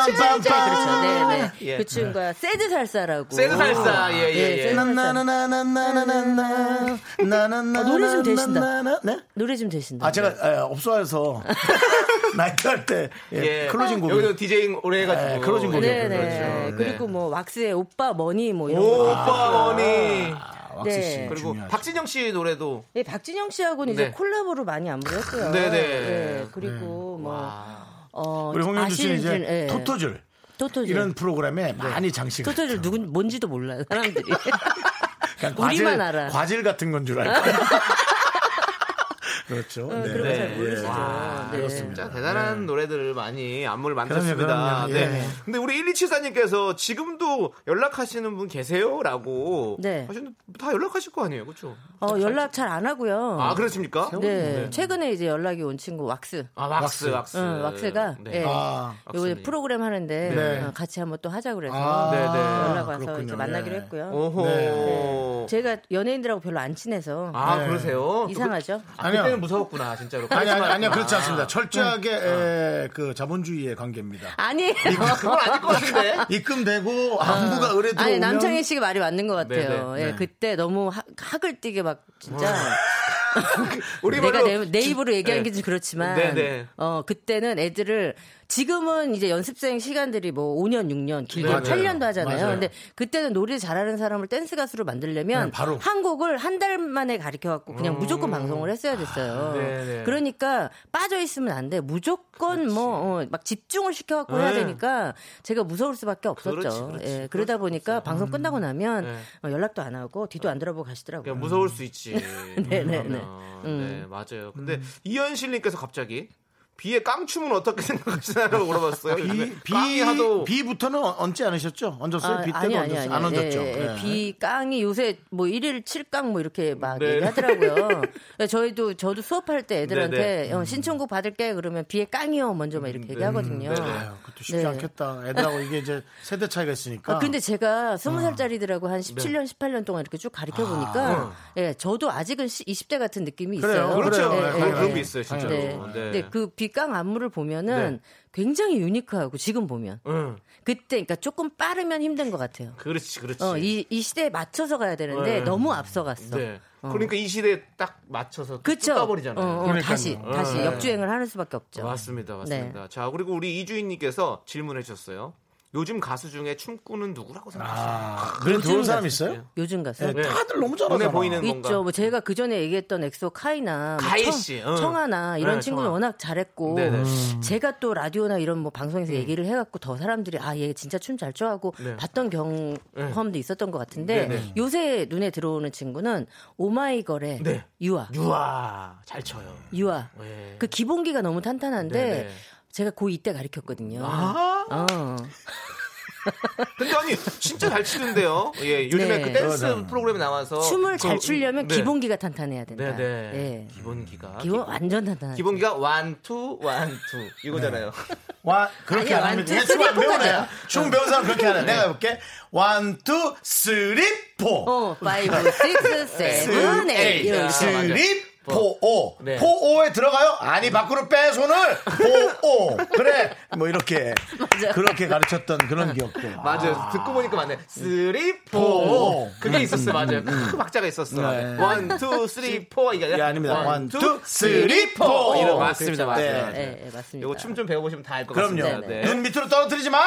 그렇죠.
빰빰.
네, 네.
예.
그 친구가 새드 살사라고.
세드 살사, 예, 예,
예,
예.
세드-
나나나나나나나나 나나나
아, 노래 좀 되신다.
네?
노래 좀 되신다.
아 제가 예, 업소에서 나이트 할때 예, 클로징 곡
여기서 디제잉 오래 해가지고.
예, 클로징 곡이요.
네네.
그렇죠. 네.
그리고뭐 왁스의 오빠 머니 뭐 이런 거.
오빠 원이.
왁스 씨
네.
그리고
중요하죠.
박진영 씨 노래도.
네, 박진영 씨하고는
네.
이제 콜라보로 많이 안무를 했고요.
네네.
예, 그리고 뭐 어,
우리 홍영주 씨는 이제
아시는 분, 예.
토토줄
토토줄.
이런 프로그램에 많이 장식을
토토줄 누군 뭔지도 몰라요
<laughs>
사람들이.
네. 그냥
우리만
과질,
알아.
과질 같은 건 줄
<laughs>
알고 그렇죠
어,
네.
<laughs> 그런 거 잘 모르시죠.
와,
네.
진짜 대단한 노래들을 많이 안무를 만들었습니다.
그럼요, 그럼요.
네.
예.
근데 우리 1274님께서 지금도 연락하시는 분 계세요? 라고.
네.
하시는데 다 연락하실 거 아니에요? 그렇죠?
어, 연락 잘 안 하고요.
아, 그렇습니까?
네. 최근에 이제 연락이 온 친구 왁스.
아, 왁스, 왁스. 네.
응, 왁스가 예.
아,
요번에
왁스님.
프로그램 하는데
네.
어, 같이 한번 또 하자 그래서
아,
네, 네.
연락 와서 이제
그렇군요.
만나기로
예.
했고요.
오호.
제가 연예인들하고 별로 안 친해서
아,
네.
그러세요?
이상하죠.
아,
아니요.
그때는 무서웠구나, 진짜로.
아니 아니
카리스마
아니요 음. 그렇지
같구나.
않습니다 철저하게 에, 그 자본주의의 관계입니다
아니에요.
그건 아닐 것 같은데.
입금되고 안무가 의뢰 들어오면
아니 남창희 씨가 말이 맞는 것 같아요.
네네.
예,
네.
그때 너무 하- 학을 띠게 막 진짜
우리
내가
말로
내, 내 입으로 얘기하는
네.
게 좀 그렇지만
네네.
어 그때는 애들을 지금은 이제 연습생 시간들이 뭐 5년 6년 길게
네네.
8년도 하잖아요.
맞아요.
근데 그때는 노래 잘하는 사람을 댄스 가수로 만들려면
네, 바로.
한 곡을 한 달 만에 가르쳐 갖고 그냥 무조건 방송을 했어야
음. 아,
됐어요.
네네.
그러니까 빠져 있으면 안 돼. 무조건 뭐 막 집중을 시켜 갖고 해야
네.
되니까 제가 무서울 수밖에 없었죠.
그렇지, 그렇지.
예, 그러다 보니까 방송 끝나고 나면
네.
어, 연락도 안 하고 뒤도 안 돌아보고 가시더라고요.
그냥 무서울 수 있지.
<laughs> 네, 음. 네,
그러면.
네.
네, 맞아요. 근데 이현실님께서 갑자기 비의 깡춤은 어떻게 <laughs> 생각하시나요? 물어봤어요.
비,
요즘에
비,
깡이 하도
비부터는 얹- 얹지 않으셨죠? 얹었어요?
아,
비 때도 얹었어요? 안 얹었죠?
예, 예.
예.
비 깡이 요새 뭐 1일 7깡 뭐 이렇게 막
네.
얘기하더라고요. 그래서 저희도 저도 수업할 때
네,
애들한테 어, 신청곡 받을게 그러면 비에 깡이요 먼저 막 이렇게 얘기하거든요.
네, 네.
아유, 그것도 쉽지
네.
않겠다. 애들하고 이게 이제 세대 차이가 있으니까.
아, 근데 제가 스무 살짜리들하고 한 17년, 18년 동안 이렇게 쭉 가르쳐 보니까, 예, 저도 아직은 시- 20대 같은 느낌이
그래요,
있어요.
그렇죠.
그래요,
예,
그런
예,
그런
예.
게 있어요, 진짜로.
네.
네.
근데 그 빗강 안무를 보면은
네.
굉장히 유니크하고 지금 보면
응,
그때 그러니까 조금 빠르면 힘든 것 같아요.
그렇지, 그렇지.
어, 이, 이 시대에 맞춰서 가야 되는데
네.
너무 앞서갔어.
네. 그러니까 이 시대에 딱 맞춰서
그쵸?
쫓아버리잖아요.
어, 어, 다시 다시
네.
역주행을 하는 수밖에 없죠. 네.
맞습니다, 맞습니다. 자, 그리고 우리 이주인님께서 질문해 주셨어요. 요즘 가수 중에 춤꾼은 누구라고 생각하세요?
아, 그래 좋은 사람 있어요?
요즘 네. 가수
네,
예, 다들 너무 잘하잖아.
눈에 보이는 건가?
있죠. 뭐 제가 그 전에 얘기했던 엑소 카이나, 뭐
가이
청-
씨, 응.
청아나 이런
네,
친구는
청아.
워낙 잘했고
네네. 음.
제가 또 라디오나 이런 뭐 방송에서 얘기를 해갖고 더 사람들이 아 얘 진짜 춤 잘 춰하고
네.
봤던 경험도 있었던 것 같은데
네네.
요새 눈에 들어오는 친구는 오마이걸의
네.
유아,
유아 잘 쳐요.
유아.
예.
그 기본기가 너무 탄탄한데
네네.
제가 고2 때 가르쳤거든요.
아.
어.
근데 아니 진짜 잘 치는데요. 예, 요즘에
네.
그 댄스 프로그램에 나와서
어, 춤을 잘
그-
추려면
네.
기본기가 탄탄해야 된다.
네, 네.
예.
기본기가
기본 완전 탄탄.
기본기가 원투 원투 이거잖아요.
와 그렇게
아니야,
안 하면
완전
돼. 춤안
쓰리 포가
배우네.
돼요.
춤 배운 사람 그렇게 하네. 내가 해볼게. 원, 투, 쓰리, 포.
어, 5, 6, 7,
<laughs>
8.
네.
이런 식으로.
쓰리, 포, 오.
네.
포, 오에 들어가요? 아니, 밖으로 빼, 손을. 포, 오. 그래. 뭐, 이렇게. 그렇게 가르쳤던 그런 기억도.
맞아요. 듣고 보니까 맞네. 쓰리 포 음,
포.
그게 있었어요. 맞아요. 큰 박자가 있었어.
네.
원투 쓰리 포 이게
예,
아니라
아닙니다. 원,
원투
투,
쓰리
쓰리,
포
포.
이런
어,
맞습니다.
그렇죠.
맞아요.
네.
예, 예, 맞습니다.
이거 춤 좀 배워보시면 다 알 것 같습니다.
그럼요.
네.
눈 밑으로 떨어뜨리지 마!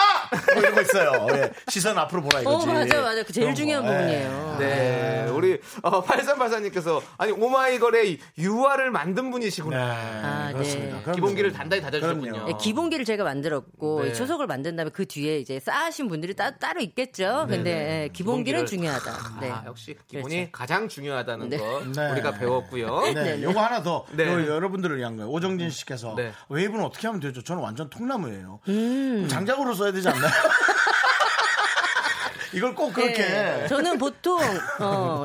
뭐 이러고 있어요. 예. 시선 앞으로 보라
어,
이거지.
맞아, 맞아. 그 제일 중요한 부분이에요.
네, 우리 어, 8384님께서 아니 오마이걸의 유아를 만든 분이시구나.
아, 네.
그렇습니다. 그럼요. 뭐,
기본기를 단단히 다져주셨군요.
그럼요.
네, 기본기를 제가 만들었고
어. 네.
초석을 만든 다음에 그 뒤에 이제 쌓으신 분들이 따, 따로 있겠죠. 근데 예, 기본기를,
네, 기본기를-
중요하다. 네.
아, 역시 기본이
그렇죠.
가장 중요하다는
네.
거
네.
우리가 배웠고요.
네,
네.
요거 하나 더
어? 네.
요- 여러분들을 위한 거예요. 오정진 씨께서
네.
웨이브는 어떻게 하면 되죠? 저는 완전 통나무예요. 그럼 장작으로 써야 되지 않나요? <laughs> 이걸 꼭 그렇게
네. 저는 보통 어,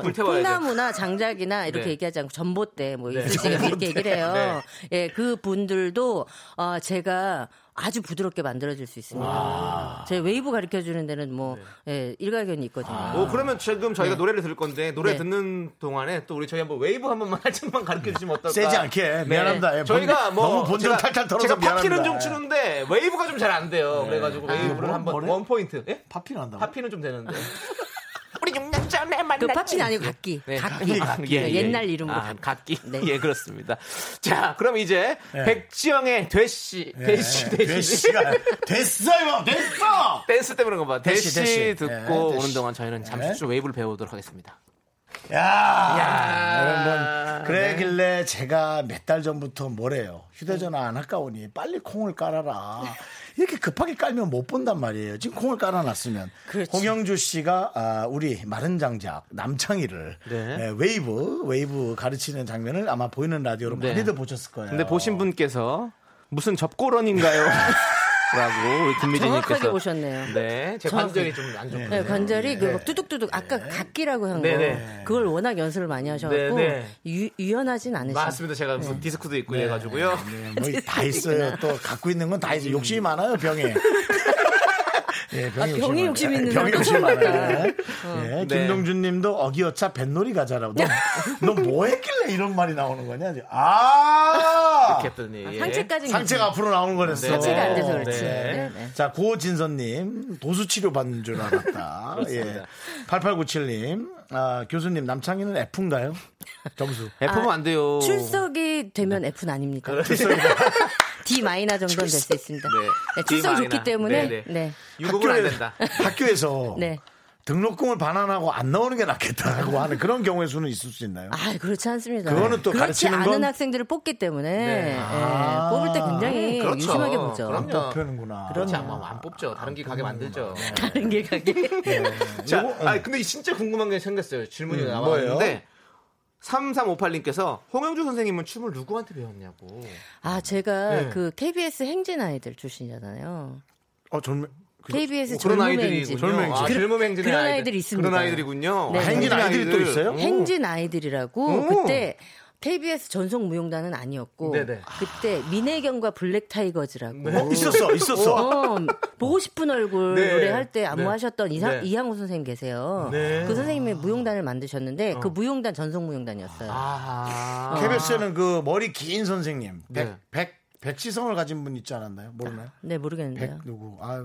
<laughs> 불태워야죠.
통나무나 장작이나 이렇게
네.
얘기하지 않고 전봇대 뭐
네.
이렇게 이렇게 얘기를 해요. 예, 그 분들도 어, 제가 아주 부드럽게 만들어질 수
아.
있습니다. 제 웨이브 가르쳐 주는 데는 뭐
네.
예, 일가견이 있거든요.
오, 그러면 지금 저희가 노래를 들을 건데 노래
네.
듣는 동안에 또 우리 저희 한번 웨이브 한 번만 <laughs> 한참만 가르쳐 주시면 어떨까?
세지 않게 미안합니다. 예,
아, 네. 저희가
본-
뭐
너무 본전
제가-
탈탈 털어서
제가 파피는
미안합니다.
좀
예.
추는데 웨이브가 좀 잘 안 돼요. 그래가지고 웨이브를
뭐-
한번
뭐래?
원 포인트. 예?
파피를 한다고?
파피는 좀
<laughs>
되는데.
그 파피는 아니고 각기.
네,
각기. 예, 옛날 이름으로
아,
각기.
각기.
네.
<laughs> 예, 그렇습니다. 자, 그럼 이제
예.
백지영의 <laughs> 대시,
예,
대시,
예.
네. 대시.
대시가 됐어요, 됐어.
<laughs> 댄스 때문에 그런 거 봐. 대시, 네,
대시, 대시.
듣고
예, 대시.
오는 동안 저희는 잠시
예.
네. 좀 웨이브를 배우도록 하겠습니다.
야,
아, 네.
여러분 그래길래 제가 몇 달 전부터 뭐래요. 휴대전화 안 아까우니 빨리 콩을 깔아라. 이렇게 급하게 깔면 못 본단 말이에요. 지금 콩을 깔아놨으면
그렇죠.
그렇지.
홍영주 씨가 아, 우리 마른 장작 남창희를
네.
네, 웨이브 웨이브 가르치는 장면을 아마 보이는 라디오로
네.
많이들 보셨을 거예요.
근데 보신 분께서 무슨 접고런인가요? <laughs> 라고 우리
정확하게
김미진님께서
오셨네요.
네, 제 관절이 좀 안 좋고.
네, 관절이 그막 뚜둑뚜둑 아까 각기라고 한 거
네, 네.
그걸 워낙 연습을 많이 하셔갖고
네,
유, 유연하진 않으신
맞습니다. 제가 무슨 디스크도 있고 해 해가지고요.
네,
아,
뭐다 있어요. 또 갖고 있는 건 다 있어요. 욕심이 많아요
<laughs>
병에. 예, 병에
아, 병에 욕심 있는 어.
병에
사람
욕심
처음
많아요. 예,
네.
김동준님도 어기어차 뱃놀이 가자라고.
<laughs>
너뭐 했길래 이런 말이 나오는 거냐? 아,
이렇게 했더니. 예.
상체까지
상체가 앞으로 나오는 거랬어.
상체가 안 돼서 그렇지.
네.
네, 네.
자, 고진선님, 도수치료 받는 줄 알았다.
<laughs>
예. 8897님, 아, 교수님, 남창희는 F인가요?
<laughs>
점수.
F면 예, 안 돼요.
아, 출석이 되면
네.
F는 아닙니까? <laughs> D 마이너 정도는 될 수 있습니다.
네.
네, 출석이
D 마이너.
좋기 때문에
네,
네,
네. 유급은 안 된다.
학교에서
네.
등록금을 반환하고 안 나오는 게 낫겠다고 하는 그런 경우의 수는 있을 수 있나요?
아, 그렇지 않습니다.
그거는 또
그렇지
가르치는
않은
건-
학생들을 뽑기 때문에 예,
아.
뽑을 때 굉장히
네. 그렇죠.
유심하게 보죠.
그럼요.
표현구나.
그렇지 않으면 안 뽑죠. 다른 길 가게 만들죠.
다른 길 가게.
네.
<laughs> 자, 아 근데 진짜 궁금한 게 생겼어요. 질문이
음. 뭐예요?
나왔는데 3358님께서 홍영주 선생님은 춤을 누구한테 배웠냐고.
아, 제가
네.
그 KBS 행진 아이들 출신이잖아요.
어, 젊은.
KBS
뭐 그런
젊음 행진.
아이들이군요. 아,
젊은
젊음 행진
그런 아이들이 있습니다.
그런 아이들이군요.
네.
행진 아이들이 또 있어요?
행진 아이들이라고
오.
그때 KBS 전속 무용단은 아니었고
네네.
그때 민혜경과 블랙 타이거즈라고
뭐?
어, 있었어, 있었어.
어, 보고 싶은 얼굴
네.
노래할 때 안무
네.
하셨던 이상,
네.
이항우 선생님 계세요.
네. 어.
그 선생님이 무용단을 만드셨는데 그 무용단 전속 무용단이었어요.
아.
KBS에는 그 머리 긴 선생님. 백,
네. 아,
백, 백시성을 가진 분 있지 않았나요? 모르나요?
네 모르겠는데요.
백, 누구? 아,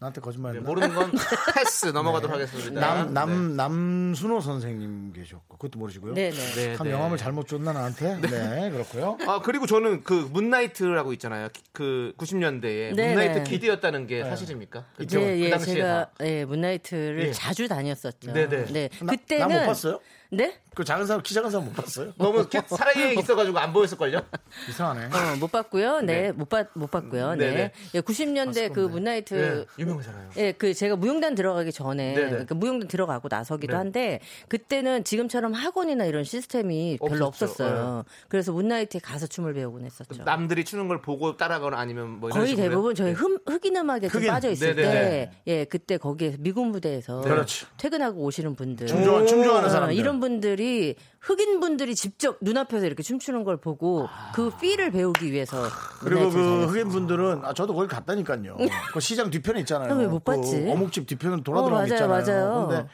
나한테 거짓말했나?
네, 모르는 네. 건 패스 넘어가도록 하겠습니다.
네. 남, 남, 남순호 선생님 계셨고, 그것도 모르시고요.
네네.
네,
참
네.
명함을 잘못 줬나, 나한테? 네, 그렇고요.
아 그리고 저는 그 문나이트라고 있잖아요. 기- 그 90년대에
네,
문나이트
네.
기드였다는 게 사실입니까? 그,
예, 예,
그 당시에
제가
다.
예, 문나이트를
예.
자주 다녔었죠.
네네.
네,
나-
그때는
나못 봤어요?
네?
그 작은 사람, 키 작은 사람 못 봤어요?
너무 이렇게 사랑에 있어가지고 안 보였을걸요?
이상하네.
어, 못 봤고요. 네, 못 봤 못 봤고요. 네.
네네.
예, 90년대 그 문나이트
네, 유명하잖아요.
예, 그 제가 무용단 들어가기 전에
네네.
그러니까 무용단 들어가고 나서기도
네.
한데 그때는 지금처럼 학원이나 이런 시스템이 별로
없었죠. 네.
없었어요. 그래서 문나이트에 가서 춤을 배우곤 했었죠.
남들이 추는 걸 보고 따라가거나 아니면 뭐 이런
거의
식으로
대부분 저희
네.
흠, 흑인 음악에 좀
흑인.
빠져 있을
네네네. 네.
때, 예, 그때 거기에 미군 부대에서
그렇죠.
퇴근하고 오시는 분들,
춤좋아- 춤좋아하는
어,
사람들.
이런 분들이 흑인 분들이 직접 눈앞에서 이렇게 춤추는 걸 보고
아.
그 필을 배우기 위해서
그리고
문화의
그
전사였어요. 네.
흑인 분들은 아 저도 거기 갔다니까요. 그 시장 뒤편에 있잖아요.
아, 왜못
그
봤지?
어묵집 뒤편에 돌아 돌아
어, 맞아요,
있잖아요.
맞아요. 음.
근데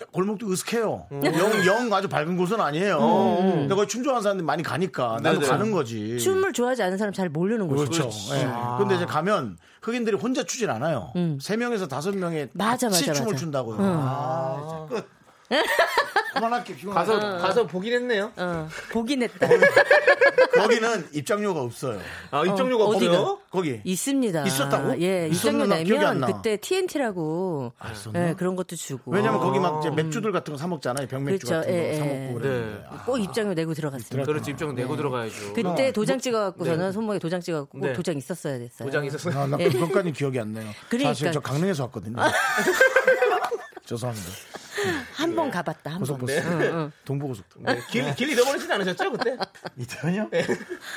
그 골목도 으슥해요. 영, 영 아주 밝은 곳은 아니에요. 근데 거기 춤 좋아하는 사람들이 많이 가니까 나도
네네.
가는 거지.
춤을 좋아하지 않은 사람 잘 모르는 거죠.
그렇죠. 예.
아.
근데 이제 가면 흑인들이 혼자 추진 않아요. 세 명에서 다섯 명의
음. 맞아,
같이
맞아, 음.
춤을
맞아.
춘다고요. 아, 끝.
<laughs>
그만할게. 피곤하다.
가서 가서 보긴 했네요.
어,
<laughs>
보긴 했다.
거기는 입장료가 없어요.
아 입장료가
어, 어디가?
없어요?
거기.
있습니다.
있었다고?
예, 입장료
있었나? 기억이 안
내면
나.
그때 TNT라고
아,
예, 그런 것도 주고.
왜냐면 거기 막 이제 맥주들 같은 거 사 먹잖아요. 병맥주
아. 그렇죠.
같은 거
예,
사
예.
먹고
네.
그랬는데. 아,
꼭 입장료 내고 아, 들어갔습니다.
그렇지 입장 내고
네.
들어가야죠.
그때 도장 찍어갖고
네.
저는 손목에 도장 찍어갖고 꼭
네.
도장 있었어야 됐어요.
도장 있었어요.
아, 나 그것까지 기억이 안 나요.
예. 그러니까. 아.
사실 저 강릉에서 왔거든요. <laughs> 죄송합니다.
한 번 가봤다. 한 번.
고속버스. 동부고속도로.
네, 길, 길 잃어버리진 않으셨죠 그때?
이태원이요?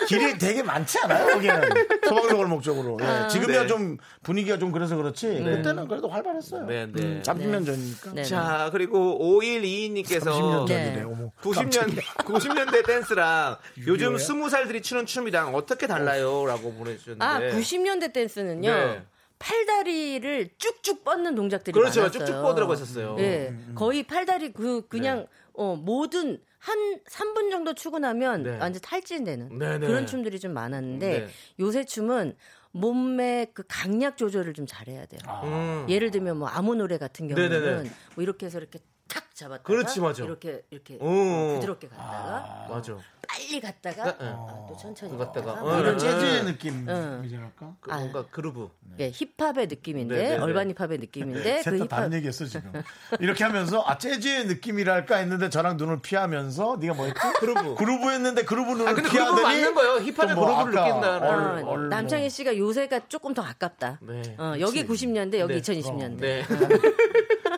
길이 되게 많지 않아요, 거기는. 소방로골 목적으로. 예,
아.
지금이야
네.
좀 분위기가 좀 그래서 그렇지. 그때는 그래도 활발했어요.
네, 네.
음, 30년 전이니까.
네.
자 그리고 5122님께서
30년 전이네,
네.
어머.
90년 90년대 댄스랑 요즘 스무 살들이 추는 춤이랑 어떻게 달라요라고 보내주셨는데
아, 90년대 댄스는요.
네.
팔다리를 쭉쭉 뻗는 동작들이
그렇죠
많았어요.
쭉쭉 뻗으라고 했었어요.
예. 거의 팔다리 그
네.
그냥 어 모든 한 3분 정도 추고 나면
네.
완전 탈진되는
네네.
그런 춤들이 좀 많았는데
네.
요새 춤은 몸매 그 강약 조절을 좀 잘해야 돼요.
음.
예를 들면 뭐 아무 노래 같은 경우는
네네네.
뭐 이렇게 해서 이렇게 탁 잡았다가
그렇지, 맞아.
이렇게 이렇게
음.
부드럽게 갔다가
맞아.
빨리 갔다가
네.
아, 또 천천히
갔다가.
갔다가
어,
뭐
네.
이런
재즈의 느낌이랄까?
아.
그 뭔가 그루브.
예, 힙합의 느낌인데
네네네.
얼반 힙합의 느낌인데
셋다
그
다른
힙합
얘기했어 지금 이렇게 하면서 아 재즈의 느낌이랄까 했는데 저랑 눈을 피하면서 네가 뭐였지?
그루브.
그루브 했는데 그루브 눈을
아, 근데 그루브
피하더니
맞는 거예요. 힙합의
또뭐
그루브를
아까
느낀다는
얼-
어,
얼-
남창희 씨가 요새가 조금 더 아깝다.
네.
어, 여기 90년대, 여기
네.
2020년대.
네.
뭐.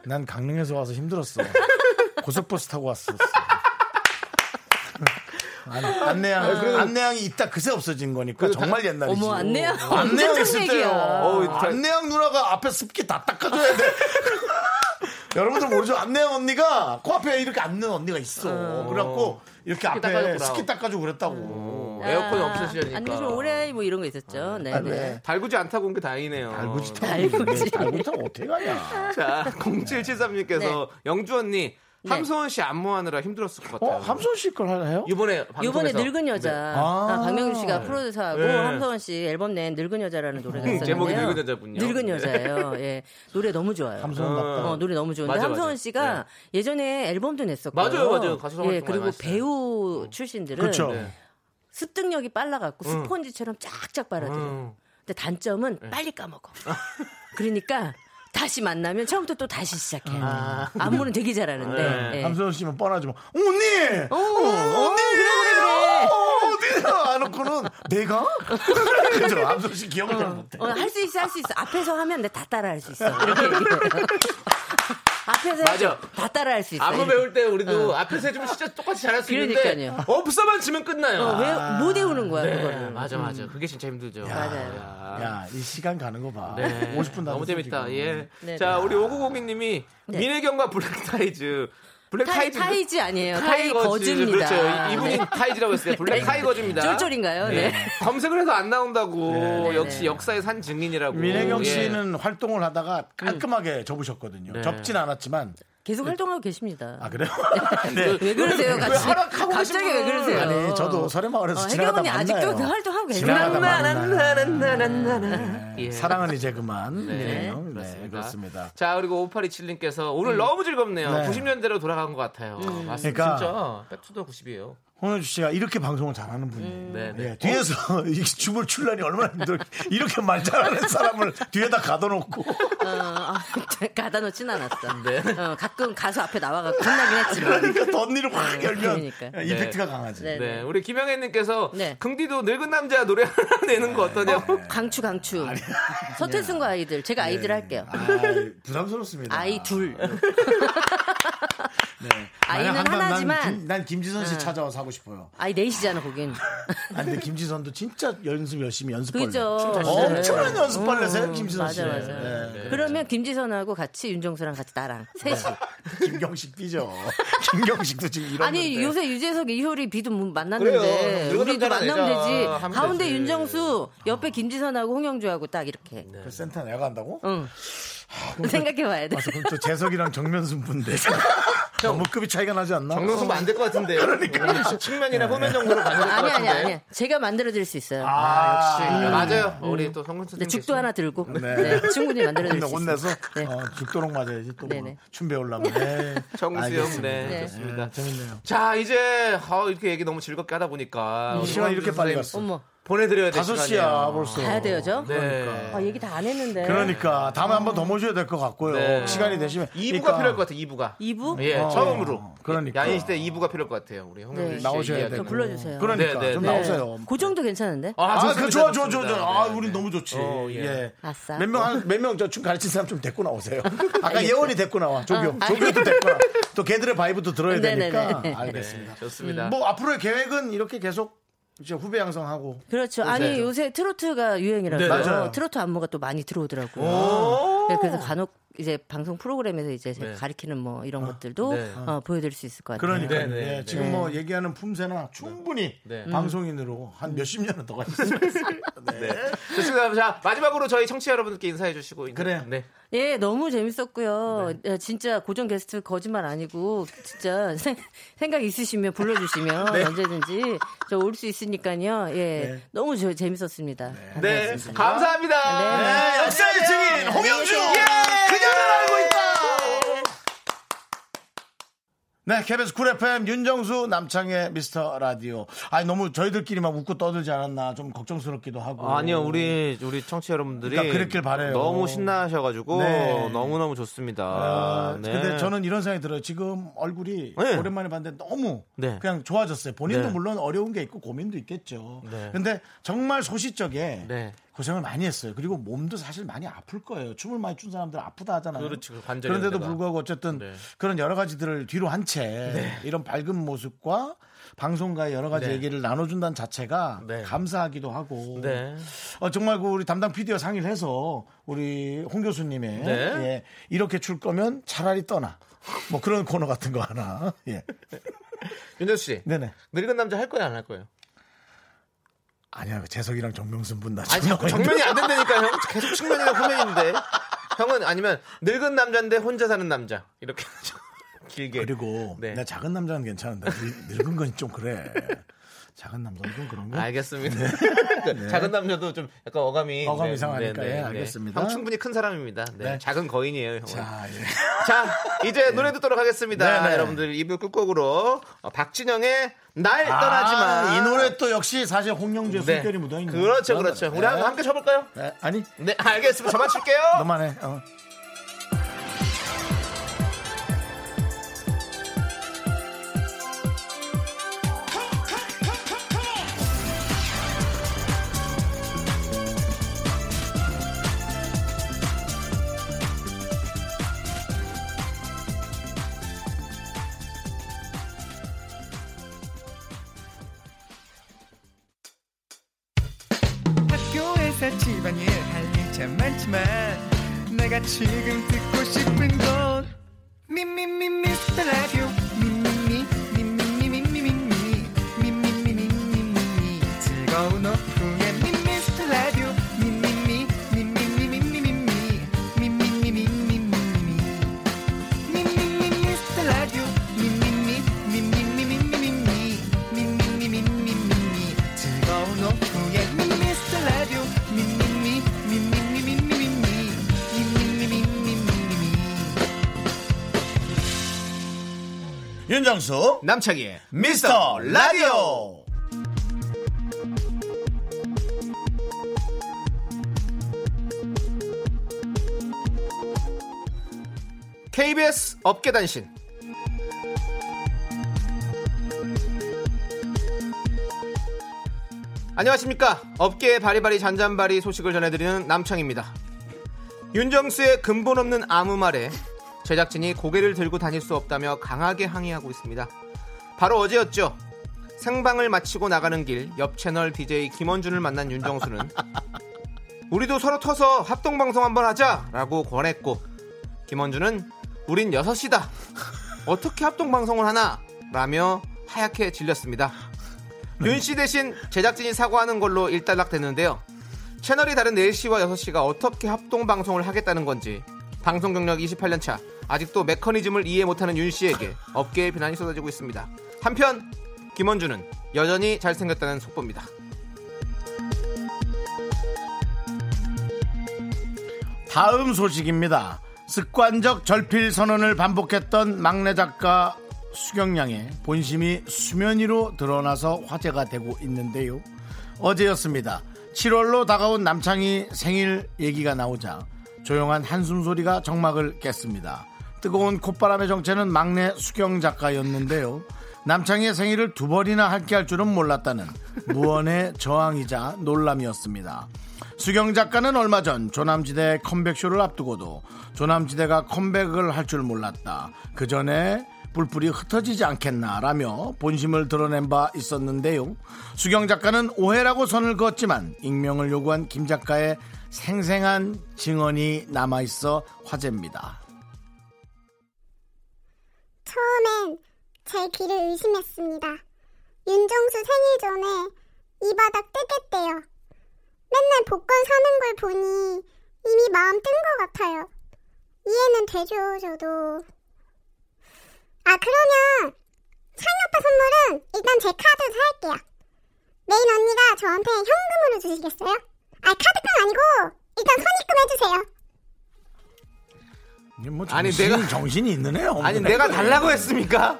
난 강릉에서 와서 힘들었어. 고속버스 타고
<laughs>
왔었어. 아니, 안내양 안내양이 있다 그새 없어진 거니까 정말 옛날이지.
어머, 안내양.
안내양
완전
있을 때요.
짱맥이야.
어우, 안내양 누나가 앞에 습기 다 닦아줘야 돼. <laughs> 여러분들 모르죠? 안내양 언니가 코앞에 이렇게 앉는 언니가 있어. 그래갖고 이렇게 앞에
닦아줬구나.
습기 닦아주고 그랬다고.
에어컨이
안그래
없으시니까. 아,
오래 뭐 이런 거 있었죠. 네. 네.
달구지 안 타고 온 게 다행이네요.
달구지 타고
달구지.
있는데 달구지 타고 어떻게 가냐?
<laughs>
자,
네.
0773님께서 영주 언니 함소원 씨 안무하느라 힘들었을 것 같아요.
어 함선 씨걸 해요?
이번에 방송에서
요번에 늙은 여자 아, 박명수 씨가 프로듀서하고
네. 음,
함서원 씨 앨범 낸 늙은 여자라는 노래가 있었는데요.
제목이 늙은 여자군요.
늙은
네.
여자예요. 예. 노래 너무 좋아요.
함선 같다.
어, 노래 너무 좋은데
맞아,
함서원
맞아.
씨가 예전에 앨범도 냈었고
맞아요, 맞아요. 가수 활동
예,
많이
그리고
많이 했어요.
배우 출신들은
그렇죠.
네.
습득력이 빨라갖고 스폰지처럼 쫙쫙 빨아들여.
음.
근데 단점은
예. <laughs>
빨리 까먹어. 그러니까 다시 만나면 처음부터 또 다시 시작해.
아.
안무는 되게 잘하는데. 예.
함소연 씨는 뻔하지 뭐 언니
어,
어,
어,
언니!
그래, 그래, 그래.
어, 어디야? 안 놓고는 내가? <laughs> 그죠? 암소 씨 기억을 잘 못해.
어, 할 수 있어, 할 수 있어. 앞에서 하면 내다 따라 할 수 있어.
<laughs>
이렇게 얘기해요. 앞에서
맞아.
해야지. 다 따라 할 수 있어.
안무 배울 때 우리도 앞에서 해주면 진짜 똑같이 잘할 수 있는데
그러니까요.
없어만 치면 끝나요.
왜못 외우는 거야,
네,
그거를.
맞아 맞아. 그게 진짜 힘들죠.
맞아요.
야.
야, 이 시간 가는 거 봐.
네.
50분 다
너무 재밌다. 예.
네,
자,
네.
우리 5902님이 민혜경과 블랙타이즈.
타이,
블랙타이즈. 그
타이즈 아니에요. 타이
타이거즈.
거즈입니다. 네.
그렇죠. 이분이 타이즈라고 했어요. 블랙 타이거즈입니다. <laughs>
쫄쫄인가요? 네.
검색을 해서 안 나온다고.
네,
역시
네.
역사의 산 증인이라고.
민혜경
예.
음.
씨는 활동을 하다가 깔끔하게 접으셨거든요.
네.
접진 않았지만
계속 활동하고 계십니다.
아
<laughs>
그래요? <laughs>
왜, 왜 네. 그러세요? 같이
허락하고
갑자기 왜 그러세요?
아니 저도 서래마을에서
어, 해경
지나가다
언니 아직도 그
만나요.
활동하고 계시나?
지나가다
나나나나나나나. 예.
사랑은 이제 그만.
네,
이래요. 네,
그렇습니다.
그렇습니다.
자 그리고 5827님께서 오늘 너무 즐겁네요.
네.
90년대로 돌아간 것 같아요. 맞습니다.
그러니까.
진짜 백투더 90이에요.
홍현주 씨가 이렇게 방송을 잘하는
음.
분이에요.
네, 네.
예, 뒤에서 <laughs> 이 춤을 출라니 얼마나 힘들어. 이렇게 말 잘하는 사람을 뒤에다 가둬놓고. <laughs>
어, 아, 가다 놓진 않았어.
네.
어, 가끔 가수 앞에 나와갖고
<laughs>
혼나긴 했지만.
그러니까 덧니를 확
네,
열면
그러니까.
이펙트가 강하지.
네.
네, 우리 김영애님께서
네.
긍디도 늙은 남자 노래 하나 <laughs> 내는 거 어떠냐고.
강추 강추. 서태순과 아이들. 제가 아이들 할게요.
아, 부담스럽습니다.
아이 둘.
네.
아이는
만약 한다면 난
하나지만- 네.
김- 난 김지선 씨 찾아와서 하고 싶어요.
아이 넷이잖아 거긴.
아, 근데 김지선도 진짜 연습 열심히 연습벌레.
그죠. 네. 음,
엄청난 연습벌레세요, 김지선 씨.
맞아 맞아.
네.
<laughs> 그러면 김지선하고 같이 윤정수랑 같이 나랑 셋이.
김경식 뛰죠. <laughs> 김경식도 지금 이런.
아니
건데.
요새 유재석 이효리 비도
그래요.
못 만났는데
늙은
우리도
남자라
만나면
내자.
되지.
하면
가운데
되지.
윤정수 옆에 김지선하고 홍영주하고 딱 이렇게.
그 센터 내가 간다고?
응. <laughs> 생각해봐야 돼.
네. 맞아. 그럼 또 재석이랑
<laughs>
정면순부인데. 너무 급이 차이가 나지 않나?
정동수면 안될 것 같은데요. 그러니까 측면이나 후면 정도로 가는 것
아니
같은데.
아니 아니. 제가 만들어드릴 수 있어요.
아, 역시.
아, 맞아요. 우리 또 성근
네,
선생님.
죽도 하나 들고
네.
네,
<laughs>
충분히 만들어드릴
혼내,
수
혼내서
있어요. 네.
어, 죽도록 맞아야지 또
네네.
뭐, 춤
<laughs>
배우려면 네.
정수영, 네,
네.
좋습니다.
재밌네요
자, 이제 어, 이렇게 얘기 너무 즐겁게 하다 보니까 우리
네. 시간이 이렇게 빨리
선생님
갔어
어머
보내드려야 될
5시야 그러니까. 예.
시간이에요.
벌써
가야 돼요 저.
네.
아 얘기 다 안 했는데.
그러니까 다음에 한번 더 모셔야 될 것 같고요
네.
시간이 되시면
2부가
그러니까
필요할 것 같아요. 2부가.
2부?
예,
어,
처음으로.
그러니까.
야인 시대 2부가 필요할 것 같아요. 우리 홍
네.
준
나오셔야 되고
좀 불러주세요.
그러니까
네, 네,
좀
네.
나오세요
그 정도 괜찮은데?
아, 그 좋아, 좋아, 좋아,
좋습니다.
좋아. 아,
네,
우리
네.
너무 좋지.
어,
예.
예.
아싸.
몇 명, 한- 몇 명 저 춤 가르친 사람 좀 데리고
<laughs>
나오세요. 아까 예원이 데리고 나와. 조교.
아.
조교도 데리고 나와. 또 걔들의 바이브도 들어야
네네네.
되니까.
<laughs> 네.
알겠습니다.
좋습니다.
뭐, 앞으로의 계획은 이렇게 계속 이제 후배 양성하고.
그렇죠. 아니 요새 트로트가 유행이라서
네, 맞아요.
트로트 안무가 또 많이 들어오더라고요. 네, 그래서 간혹 이제 방송 프로그램에서 이제 제가 가리키는 뭐 이런 것들도
네.
어, 보여드릴 수 있을 것 같아요.
네. 그러니까 요
네, 네, 네.
지금 뭐 얘기하는 품새나 충분히
네.
방송인으로
음.
한 몇십 년은 더 가실 수 있어요. 네.
좋습니다. 자, 마지막으로 저희 청취자 여러분께 인사해 주시고. 이제-
그래요.
네.
예, 너무 재밌었고요. 야, 진짜 고정 게스트 거짓말 아니고 진짜 생, 각 있으시면 <laughs> 불러주시면 언제든지 저 올 수 있으니까요. 예, 너무 저- 재밌었습니다.
네. 감사합니다.
네.
네, 역사의 증인 홍영주! 그녀를 알고 있다! 네, KBS 쿨 FM 윤정수 남창의 미스터 라디오. 아니 너무 저희들끼리만 웃고 떠들지 않았나 좀 걱정스럽기도 하고.
아니요, 우리, 우리 청취자 여러분들이.
그러니까 그랬길 바래요.
너무 신나셔가지고.
네.
너무너무 좋습니다.
아,
네.
근데 저는 이런 생각이 들어요. 지금 얼굴이
네.
오랜만에 봤는데 너무
네.
그냥 좋아졌어요. 본인도
네.
물론 어려운 게 있고 고민도 있겠죠.
네.
근데 정말 소시적에
네.
고생을 많이 했어요. 그리고 몸도 사실 많이 아플 거예요. 춤을 많이 춘 사람들 아프다 하잖아요.
그렇지, 그 관절
그런데도
연대가.
불구하고 어쨌든
네.
그런 여러 가지들을 뒤로 한 채 이런 밝은 모습과 방송가의 여러 가지
네.
얘기를 나눠준다는 자체가
네.
감사하기도 하고
네.
어, 정말 그 우리 담당 PD와 상의를 해서 우리 홍 교수님의
네.
예, 이렇게 출 거면 차라리 떠나 뭐 그런 코너 같은 거 하나 예
윤정수 씨.
네네
늙은 남자 할 거예요, 안 할 거예요?
아니야 그 재석이랑 정명순 분나
아니, 자꾸 정면이 안 된다니까, 형. 계속 측면이나 후면인데. 형은 아니면 늙은 남자인데 혼자 사는 남자. 이렇게. <laughs> 하죠. 길게.
그리고
네.
나 작은 남자는 괜찮은데 늙- 늙은 건 좀 그래 작은 남자는 좀 그런 거
알겠습니다. <laughs> 그 작은 남자도 좀 약간 어감이
네.
네,
어감이 이상하니까, 예, 알겠습니다.
형 충분히 큰 사람입니다. 네,
네.
작은 거인이에요. 형은. 자,
자, 예.
이제 노래 듣도록 하겠습니다.
네, 네.
여러분들 이부 끝곡으로 어, 박진영의 날 떠나지마
아, 이 노래 또 역시 사실 홍영주의
네.
숨결이 묻어있는
그렇죠, 그렇죠. 우리 한번 함께 쳐볼까요?
네. 아니
네, 알겠습니다. 저만 칠게요.
너만 해 어.
학교에서 집안일 할 일 참 많지만 내가 지금 듣고 싶은 건 미미미 미스터 라디오 미미미 미미미 미미미 미미미 미미미 즐거운 오후에 미스터 라디오 미미미 미미미 미미미 미미미 미미미 미미미 미미미
윤정수
남창희의
미스터 라디오
KBS 업계단신 안녕하십니까 업계의 바리바리 잔잔바리 소식을 전해드리는 남창입니다 윤정수의 근본 없는 아무 말에 제작진이 고개를 들고 다닐 수 없다며 강하게 항의하고 있습니다 바로 어제였죠 생방을 마치고 나가는 길 옆 채널 DJ 김원준을 만난 윤정수는 우리도 서로 터서 합동방송 한번 하자라고 권했고 김원준은 우린 6시다. 어떻게 합동방송을 하나? 라며 하얗게 질렸습니다. 윤 씨 대신 제작진이 사과하는 걸로 일단락 됐는데요. 채널이 다른 4시와 6시가 어떻게 합동방송을 하겠다는 건지 방송 경력 28년차 아직도 메커니즘을 이해 못하는 윤 씨에게 업계의 비난이 쏟아지고 있습니다. 한편 김원준은 여전히 잘생겼다는 속보입니다.
다음 소식입니다. 습관적 절필 선언을 반복했던 막내 작가 수경양의 본심이 수면 위로 드러나서 화제가 되고 있는데요. 어제였습니다. 7월로 다가온 남창희 생일 얘기가 나오자 조용한 한숨 소리가 정막을 깼습니다. 뜨거운 콧바람의 정체는 막내 수경 작가였는데요. 남창희의 생일을 두 번이나 함께 할 줄은 몰랐다는 무언의 저항이자 놀람이었습니다. 수경 작가는 얼마 전 조남지대 컴백쇼를 앞두고도 조남지대가 컴백을 할 줄 몰랐다. 그 전에 뿔뿔이 흩어지지 않겠나라며 본심을 드러낸 바 있었는데요. 수경 작가는 오해라고 선을 그었지만 익명을 요구한 김 작가의 생생한 증언이 남아 있어 화제입니다.
처음엔 제 귀를 의심했습니다. 윤정수 생일 전에 이 바닥 뜨겠대요. 맨날 복권 사는 걸 보니 이미 마음 뜬 것 같아요. 이해는 되죠, 저도. 아, 그러면 창희 오빠 선물은 일단 제 카드 사할게요. 메인 언니가 저한테 현금으로 주시겠어요? 아, 카드깡 아니고 일단 선입금 해주세요.
이게 뭐 정신이,
아니, 내가-
정신이 있는 애요.
아니 내가 달라고 했습니까?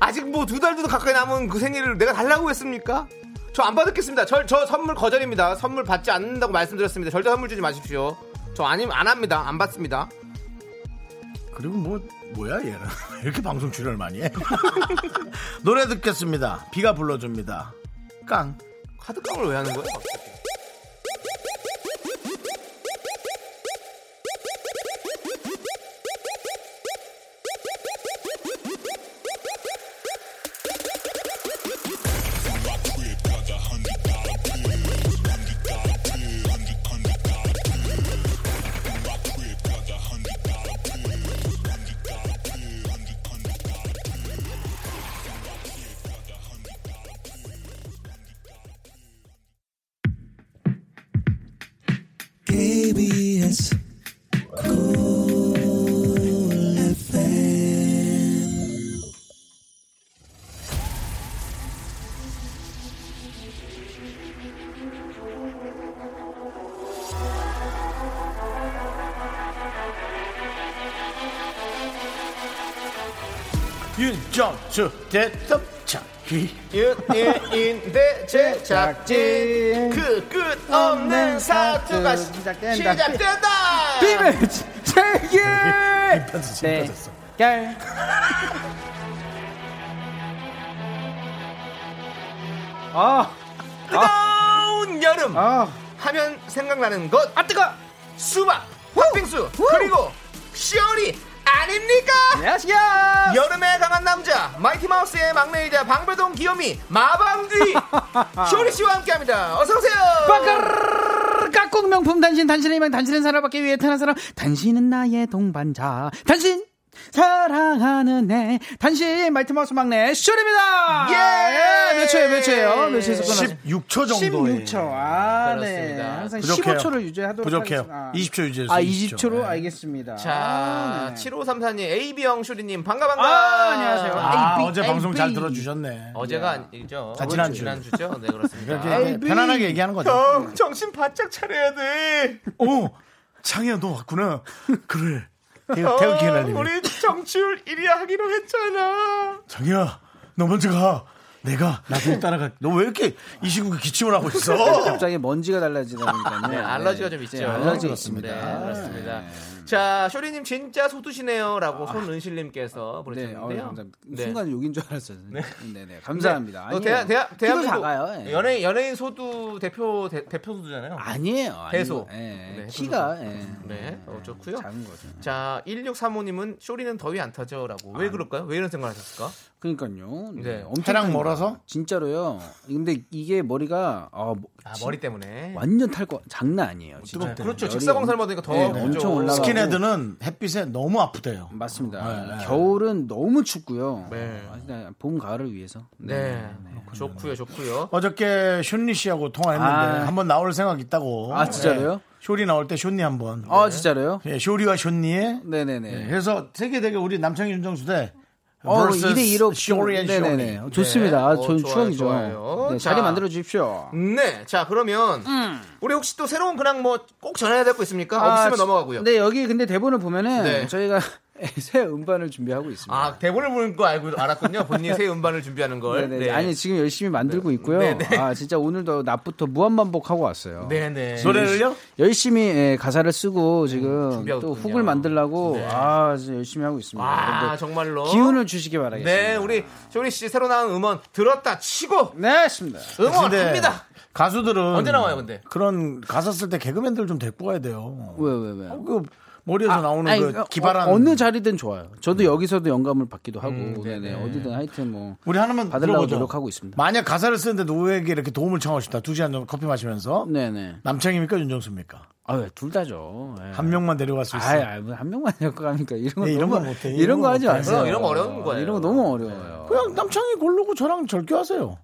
아직 뭐 두 달도 가까이 남은 그 생일을 내가 달라고 했습니까? 저 안 받겠습니다. 저, 저 선물 거절입니다. 선물 받지 않는다고 말씀드렸습니다. 절대 선물 주지 마십시오. 저 아님 안 합니다. 안 받습니다.
그리고 뭐 뭐야 얘는 <laughs> 왜 이렇게 방송 출연을 많이 해. 노래 듣겠습니다. 비가 불러줍니다. 깡.
카드깡을 왜 하는 거예요?
KBS 콜 FM
윤정수 대답차기
윤예인대 제작진 그 끝없는 사투가 시작된다. 시작된다.
네.
뜨거운 여름 하면 생각나는 것 아 뜨거 수박 팥빙수 그리고 시원이 아닙니까 여름에 강한 남자 마이티 마우스의 막내이자 방배동 귀요미
<laughs>
마방귀 시원이 씨와 함께합니다 어서 오세요
깍꿍 명품 단신 단신의 명 단신은 살아받기 위해 태어난 사람 단신은 나의 동반자 단신 사랑하는 애 단신 말티마우스 막내 쇼입니다
예!
몇 초예요 몇 초예요 몇 초에서 끝났어요
16초 정도.
16초 아네
그렇습니다.
항상
부족해요.
15초를 유지하도록
부족해요.
하겠습니다.
20초 유지해서
아
20초.
20초. 로
네.
알겠습니다
자 7534님 AB형 쇼리님 반가 반가
네. 아, 예. 안녕하세요.
아,
AB.
어제 방송 잘 들어주셨네.
어제가 아니죠
아, 지난주.
지난주죠 네
<laughs>
그렇습니다
이렇게 편안하게 얘기하는 거죠.
어. 형 정신 바짝 차려야 돼
오, 창희야 너 왔구나. 그래. 태극, 태극
어,
기날리네.
우리 정치율 1위 하기로 했잖아.
자기야, 너 먼저 가. 내가 나중에 따라가. 너 왜 이렇게 이 시국에 기침을 하고
<laughs>
있어?
아, 갑자기 먼지가 달라지다 보니까요.
네, 알러지가 좀 있죠.
네,
네,
알러지가 있습니다.
그렇습니다. 자, 쇼리님 진짜 소두시네요라고 손은실님께서
네, 어,
보내주셨는데요.
감사합니다.
네.
순간 욕인 줄 알았어요. 네, 네, 감사합니다.
어,
아니에요.
대한 대한
키도
대한민국
작아요. 예.
네. 연예인 연예인 소두 대표 대, 표 소두잖아요.
아니에요. 아니고,
대소.
예, 예.
네,
키가 예.
네, 어, 좋고요.
작은 거죠.
자, 1635님은 쇼리는 더위 안 타죠라고.
아.
왜 그럴까요? 왜 이런 생각을 하셨을까?
그러니까요.
네.
해랑
타는 거예요.
몰아서?
진짜로요. 근데 이게 머리가 아, 뭐,
아, 머리 때문에.
완전 탈 거 장난 아니에요. 진짜.
뜨겁대요.
그렇죠.
열이
직사광
엄-
삶아도니까 더
네,
그렇죠.
엄청 올라가고.
스킨헤드는 햇빛에 너무 아프대요.
맞습니다.
네, 네.
겨울은 너무 춥고요.
네.
아, 진짜 봄 가을을 위해서.
네. 좋고요. 좋고요.
어저께 션니 씨하고 통화했는데
아.
한번 나올 생각 있다고.
아, 진짜로요?
네. 쇼리 나올 때 션니 한 번.
아 진짜로요?
예, 쇼리와 션니의
네네네.
네, 그래서 세계 대결 우리 남창희 윤정수 대
어,
versus
2대 2로
쇼리 앤 쇼리.
네네네. 좋습니다.
네. 어,
좋은
좋아요,
추억이죠.
좋아요.
네,
자.
자리 만들어 주십시오.
네. 자, 그러면
음.
우리 혹시 또 새로운 근황 뭐 꼭 전해야 될 거 있습니까? 아, 없으면 넘어가고요.
네, 여기 근데 대본을 보면은
네.
저희가 <laughs> 새 음반을 준비하고 있습니다.
아, 대본을 보는 거 알고 알았군요. 본인 새 음반을 준비하는 걸.
네네. 아니 지금 열심히 만들고 있고요.
네네.
아 진짜 오늘도 낮부터 무한반복하고 왔어요.
네네. 음,
노래를요?
열심히 예, 가사를 쓰고 지금
준비하고
또
있군요.
훅을 만들려고
네.
아 진짜 열심히 하고 있습니다.
아,
여러분들
정말로.
기운을 주시기 바라겠습니다.
네, 우리 쇼리 씨 새로 나온 음원 들었다 치고
네, 습니다
응원합니다.
가수들은
언제 나와요, 근데?
그런 가사 쓸 때 개그맨들 좀 데리고 가야 돼요.
왜 왜 왜?
그 머리에서 나오는
음. 아니,
그
어,
기발한 음,
어, 느 자리든 좋아요. 저도 여기서도 영감을 받기도 하고 네네. 어디든 하여튼 뭐
우리 하나만
받으려고
들어보죠.
노력하고 있습니다.
만약 가사를 쓰는데 누구에게 이렇게 도움을 청하고 다두 시간 정도 커피 마시면서
네네.
남창입니까 윤정수입니까?
아둘 다죠. 예.
한 명만 데려갈 수 있어요.
아이, 뭐한 명만 <laughs> 갖고 가니까 이런 거
네, 이런
너무-
거 못해.
이런, 거 하지
못해.
마세요.
그럼 이런 거 어려운 거예요.
이런 거 너무 어려워요.
그냥 남창이 고르고 저랑
<laughs>
절교하세요.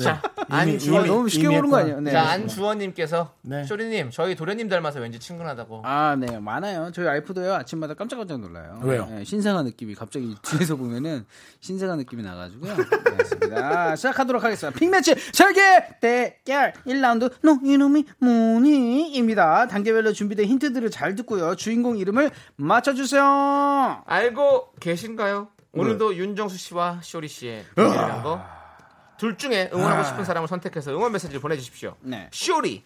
자,
이거
안주원
네. 이미-
너무 쉽게
이미
보는
했구나.
거 아니에요? 네.
자, 안주원 님께서
네.
쇼리 님, 저희 도련님 닮아서 왠지 친근하다고.
아, 네, 많아요. 저희 와이프도요, 아침마다 깜짝깜짝 놀라요.
왜요?
네, 신생아 느낌이 갑자기 <laughs> 뒤에서 보면은 신생아 느낌이 나가지고요. 맞습니다. 아, 시작하도록 하겠습니다. 빅매치 세계 대결 1라운드 노 이놈이 뭐니입니다. 단계별로 준비된 힌트들을 잘 듣고요. 주인공 이름을 맞춰주세요.
알고 계신가요? 오늘도 윤정수 씨와 쇼리 씨의 이라는 거둘 중에
아.
응원하고 싶은 사람을 선택해서 응원 메시지를 보내주십시오.
네.
쇼리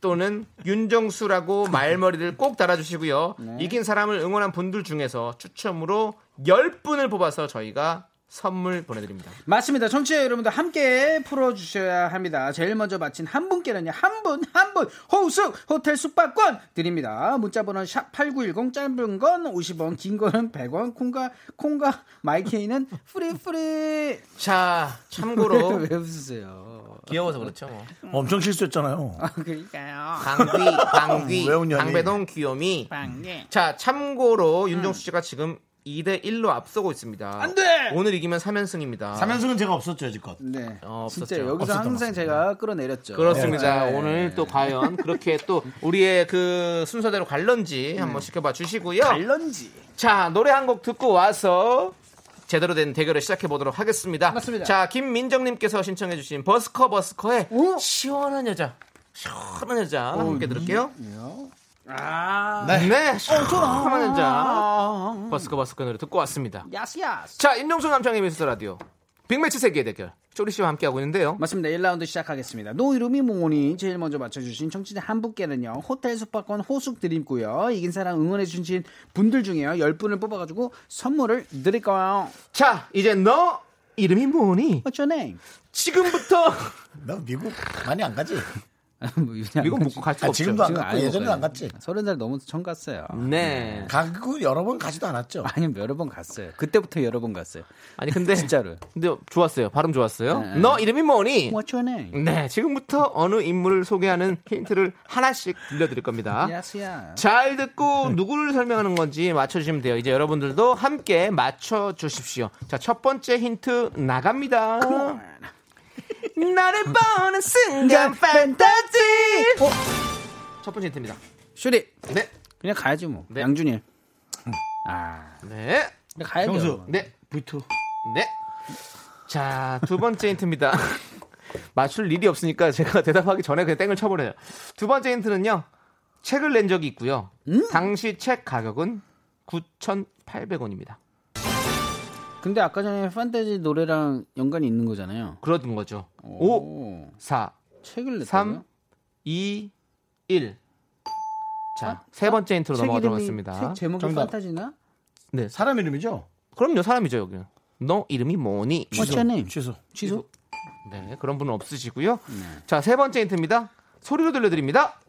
또는
<laughs>
윤정수라고 말머리를 꼭 달아주시고요.
네.
이긴 사람을 응원한 분들 중에서 추첨으로 10분을 뽑아서 저희가 선물 보내드립니다.
맞습니다. 청취자 여러분들 함께 풀어주셔야 합니다. 제일 먼저 마친 한 분께는요, 한 분, 한 분, 호수, 호텔 숙박권 드립니다. 문자번호 샵8910, 짧은 건 50원, 긴 거는 100원, 콩과, 콩과, 마이케이는
<laughs>
프리프리.
자, 참고로
<laughs> 왜 웃으세요?
귀여워서 그렇죠. 뭐.
어, 엄청 실수했잖아요.
아, 그러니까요.
방귀, 방귀,
왜 웃냐니.
방배동 귀요미.
빵게.
자, 참고로 윤정수 씨가 지금 2대 1로 앞서고 있습니다. 안
돼!
오늘 이기면 3연승입니다.
사면승은 제가 없었죠, 여지껏.
네.
어,
진짜
없었죠.
여기서
없었던
항상
것
제가 끌어내렸죠.
그렇습니다.
네.
오늘 또 과연 그렇게 또 우리의 그 순서대로 갈런지 한번 지켜봐 주시고요.
런지
자, 노래 한 곡 듣고 와서 제대로 된 대결을 시작해 보도록 하겠습니다.
맞습니다.
자, 김민정님께서 신청해 주신 버스커 버스커의
오?
시원한 여자. 시원한 여자. 함께 들을게요.
아.
네. 시원한 여자. 버스커 버스커 노래 듣고 왔습니다.
야스야스.
자, 윤정수 남창의 미스터 라디오. 빅매치 세계 대결. 쪼리 씨와 함께하고 있는데요.
맞습니다. 1라운드 시작하겠습니다. 노 이름이 뭐니? 제일 먼저 맞춰주신 청취자 한 분께는요. 호텔 숙박권 호숙 드리고요. 이긴 사람 응원해주신 분들 중에요. 10분을 뽑아가지고 선물을 드릴 거예요.
자, 이제 너 이름이 뭐니?
What's your name?
지금부터
나 미국 많이 안 가지.
<laughs> 뭐 이분이 안
미국
가지-
못 갈 수가
아,
없죠.
지금도 안
지금
갔고
아예 못
예전에도
가요.
안 갔지.
서른 살 넘어서 처음 갔어요.
네.
가고 여러 번 가지도 않았죠.
아니 여러 번 갔어요. 그때부터 여러 번 갔어요.
아니 근데
진짜로요.
근데 좋았어요. 발음 좋았어요.
네.
너 이름이 뭐니?
What's your name?
네. 지금부터 어느 인물을 소개하는 힌트를 하나씩 들려드릴 겁니다.
야스야.
잘 듣고 누구를 설명하는 건지 맞춰주시면 돼요. 이제 여러분들도 함께 맞춰주십시오. 자, 첫 번째 힌트 나갑니다. 나를 보는 순간 판타지. 어? 첫 번째 힌트입니다.
슈리.
네,
그냥 가야지 뭐.
네.
양준일. 아.
네,
그냥 가야죠.
형수.
네,
V2.
네. 자, 두 번째 힌트입니다. <laughs> 맞출 일이 없으니까 제가 대답하기 전에 그냥 땡을 쳐버려요. 두 번째 힌트는요. 책을 낸 적이 있고요.
음?
당시 책 가격은 9,800원입니다.
근데 아까 전에 판타지 노래랑 연관이 있는 거잖아요.
그런 거죠. 5, 4,
책을 냈다고요?
3, 2, 1. 자, 세 번째 인트로
아, 책
넘어가도록
이름이
하겠습니다.
책 제목이
정답.
판타지나?
네, 사-
사람 이름이죠?
그럼요, 사람이죠, 여기는. 너 이름이 뭐니?
What's your name?
취소.
음, 취소?
네, 그런 분은 없으시고요.
네.
자, 세 번째 힌트입니다. 소리로 들려드립니다.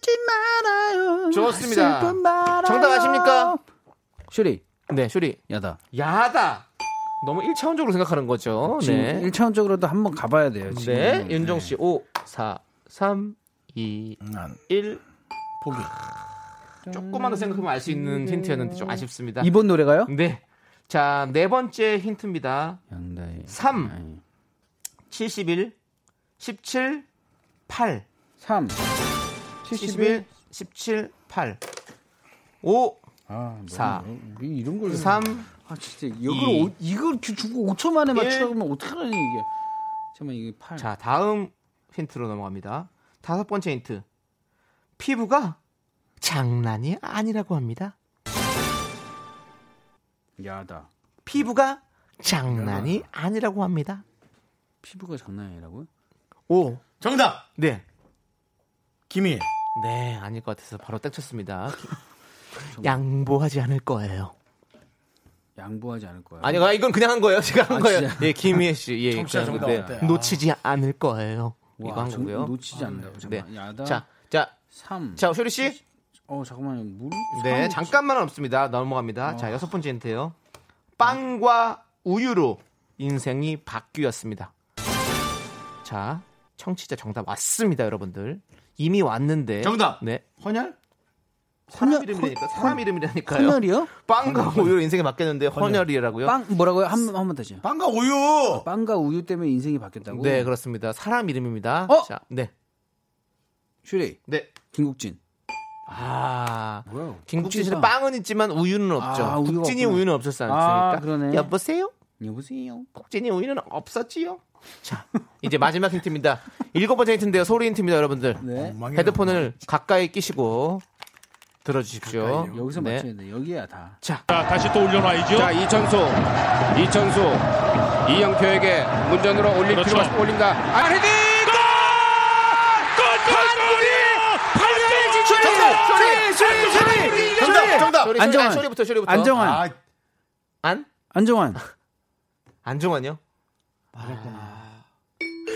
지 말아요.
좋습니다.
슬픈 말아요.
정답 아십니까?
슈리,
네, 쇼리.
야다.
야하다. 너무 1차원적으로 생각하는 거죠.
지금
네.
1차원적으로도 한번 가봐야 돼요. 지금.
네, 윤정 씨. 5, 4, 3, 2,
난
1.
포기.
아, 조금만 더 생각하면 알 수 있는 힌트였는데 좀 아쉽습니다.
음. 이번 노래가요?
네. 자, 네 번째 힌트입니다.
양다의
3, 71, 17, 8.
3
71, 17, 8. 5,
아,
4,
이- 이런 걸
3,
아 진짜 이걸 오, 이걸 주- 주고 5초 만에 맞추라고 하면 어떡하라는 얘기야. 잠깐만 이게
예.
8.
자, 다음 힌트로 넘어갑니다. 다섯 번째 힌트. 피부가 장난이 아니라고 합니다.
야다.
피부가 장난이 아니라고 합니다.
피부가 장난 아니라고요?
오.
정답.
네.
김희.
네, 아닐 것 같아서 바로 <laughs> 땡쳤습니다. 양보하지 않을 거예요.
양보하지 않을 거야.
아니, 아, 이건 그냥 한 거예요. 제가 한
아,
거예요.
진짜?
예, 김희애 씨. 예,
청취자
그냥,
정답
네.
어때요?
놓치지 않을 거예요.
와,
이거 한
정-
거고요.
놓치지 않는다고.
네.
잠깐만. 야다.
자, 자,
3.
자, 쇼리 씨.
어 잠깐만. 물.
네, 잠깐만은 없습니다. 넘어갑니다. 자, 여섯 번째 힌트요. 빵과 우유로 인생이 바뀌었습니다. 자, 청취자 정답 왔습니다, 여러분들. 이미 왔는데.
정답!
네.
헌혈?
사람 이름이니까 사람 이름이라니까요.
헌혈이요?
빵과 우유로 인생이 바뀌었는데 헌혈이라고요?
빵 뭐라고요? 한 번 한번 다시요.
빵과 우유.
어, 빵과 우유 때문에 인생이 바뀌었다고?
네, 그렇습니다. 사람 이름입니다.
어?
자, 네.
슈리,
네.
김국진.
아.
뭐야?
김국진 씨는
국진빵.
빵은 있지만 우유는 없죠.
아, 우유가
국진이
없구나.
우유는 없었지
아,
않습니까?
그러네.
여보세요?
여보세요.
국진이 우유는 없었지요? 자, 이제 마지막 힌트입니다. 일곱 번째 힌트인데요. 소리 힌트입니다, 여러분들.
네.
헤드폰을 가까이 끼시고 들어주십시오.
여기서
네.
맞춰야 돼. 여기야 다.
자,
다시 또 올려놔야죠.
자 이천수 이천수 이영표에게 문전으로 올릴
그렇죠.
필요가 올린다 아 헤딩
소리, 소리, 소리, 소리.
정답. 정답.
소리,
안정환.
아, 소리부터, 소리부터.
안정환.
아,
안?
안정환.
안정환요?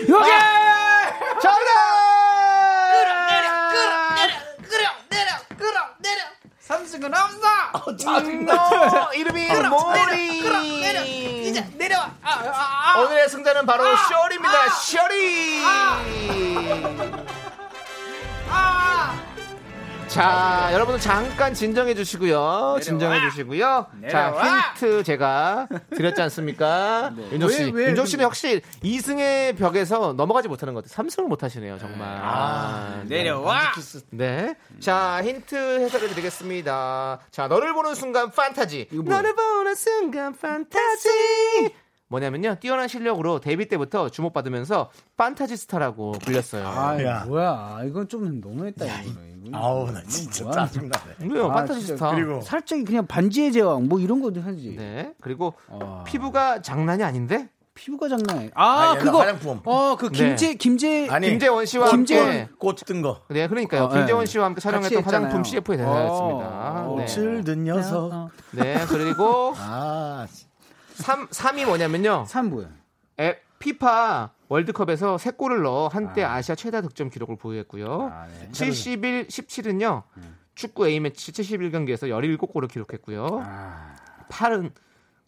여기. 뭐
너 음, 어, 이름이
아,
모리.
아,
오늘의 승자는 바로 쇼리입니다. 쇼리.
아. 아.
자, 여러분들 잠깐 진정해 주시고요. 진정해 주시고요. 자, 힌트 제가 드렸지
<laughs>
않습니까? 윤정 씨.
네. 왜, 왜?
윤정 씨는 역시 이승의 벽에서 넘어가지 못하는 것 같아요. 삼승을 못 하시네요, 정말. 아,
내려와.
네. 자, 힌트 해석해 드리겠습니다. 자, 너를 보는 순간 판타지. 너를 보는 순간 판타지. 뭐냐면요. 뛰어난 실력으로 데뷔 때부터 주목받으면서 판타지스타라고 불렸어요.
아,
야.
뭐야. 이건 좀 너무했다. 이거는. 이거는.
아우 나 진짜
뭐야.
짜증나네.
왜요?
아,
판타지스타.
진짜.
그리고
살짝 그냥 반지의 제왕 뭐 이런 거도 하지.
네. 그리고
아.
피부가 장난이 아닌데?
피부가 장난 아니. 아,
아, 얘가
그거.
화장품.
어,
네.
그 김제 네. 김제
아니
김재원 씨와 함께
꽃뜬 거.
네, 그러니까요.
어,
김재원
네.
씨와 함께
같이
촬영했던
했잖아요.
화장품 CF의 대사였습니다.
어.
네.
꽃을 든 녀석.
네, 그리고
아,
삼삼이 뭐냐면요.
산 뭐야?
에, 피파 월드컵에서 세 골을 넣어 한때 아. 시아 최다 득점 기록을 보유했고요.
아, 네.
71, 17은요. 축구 A매치 71경기에서 17골을 기록했고요.
아.
8은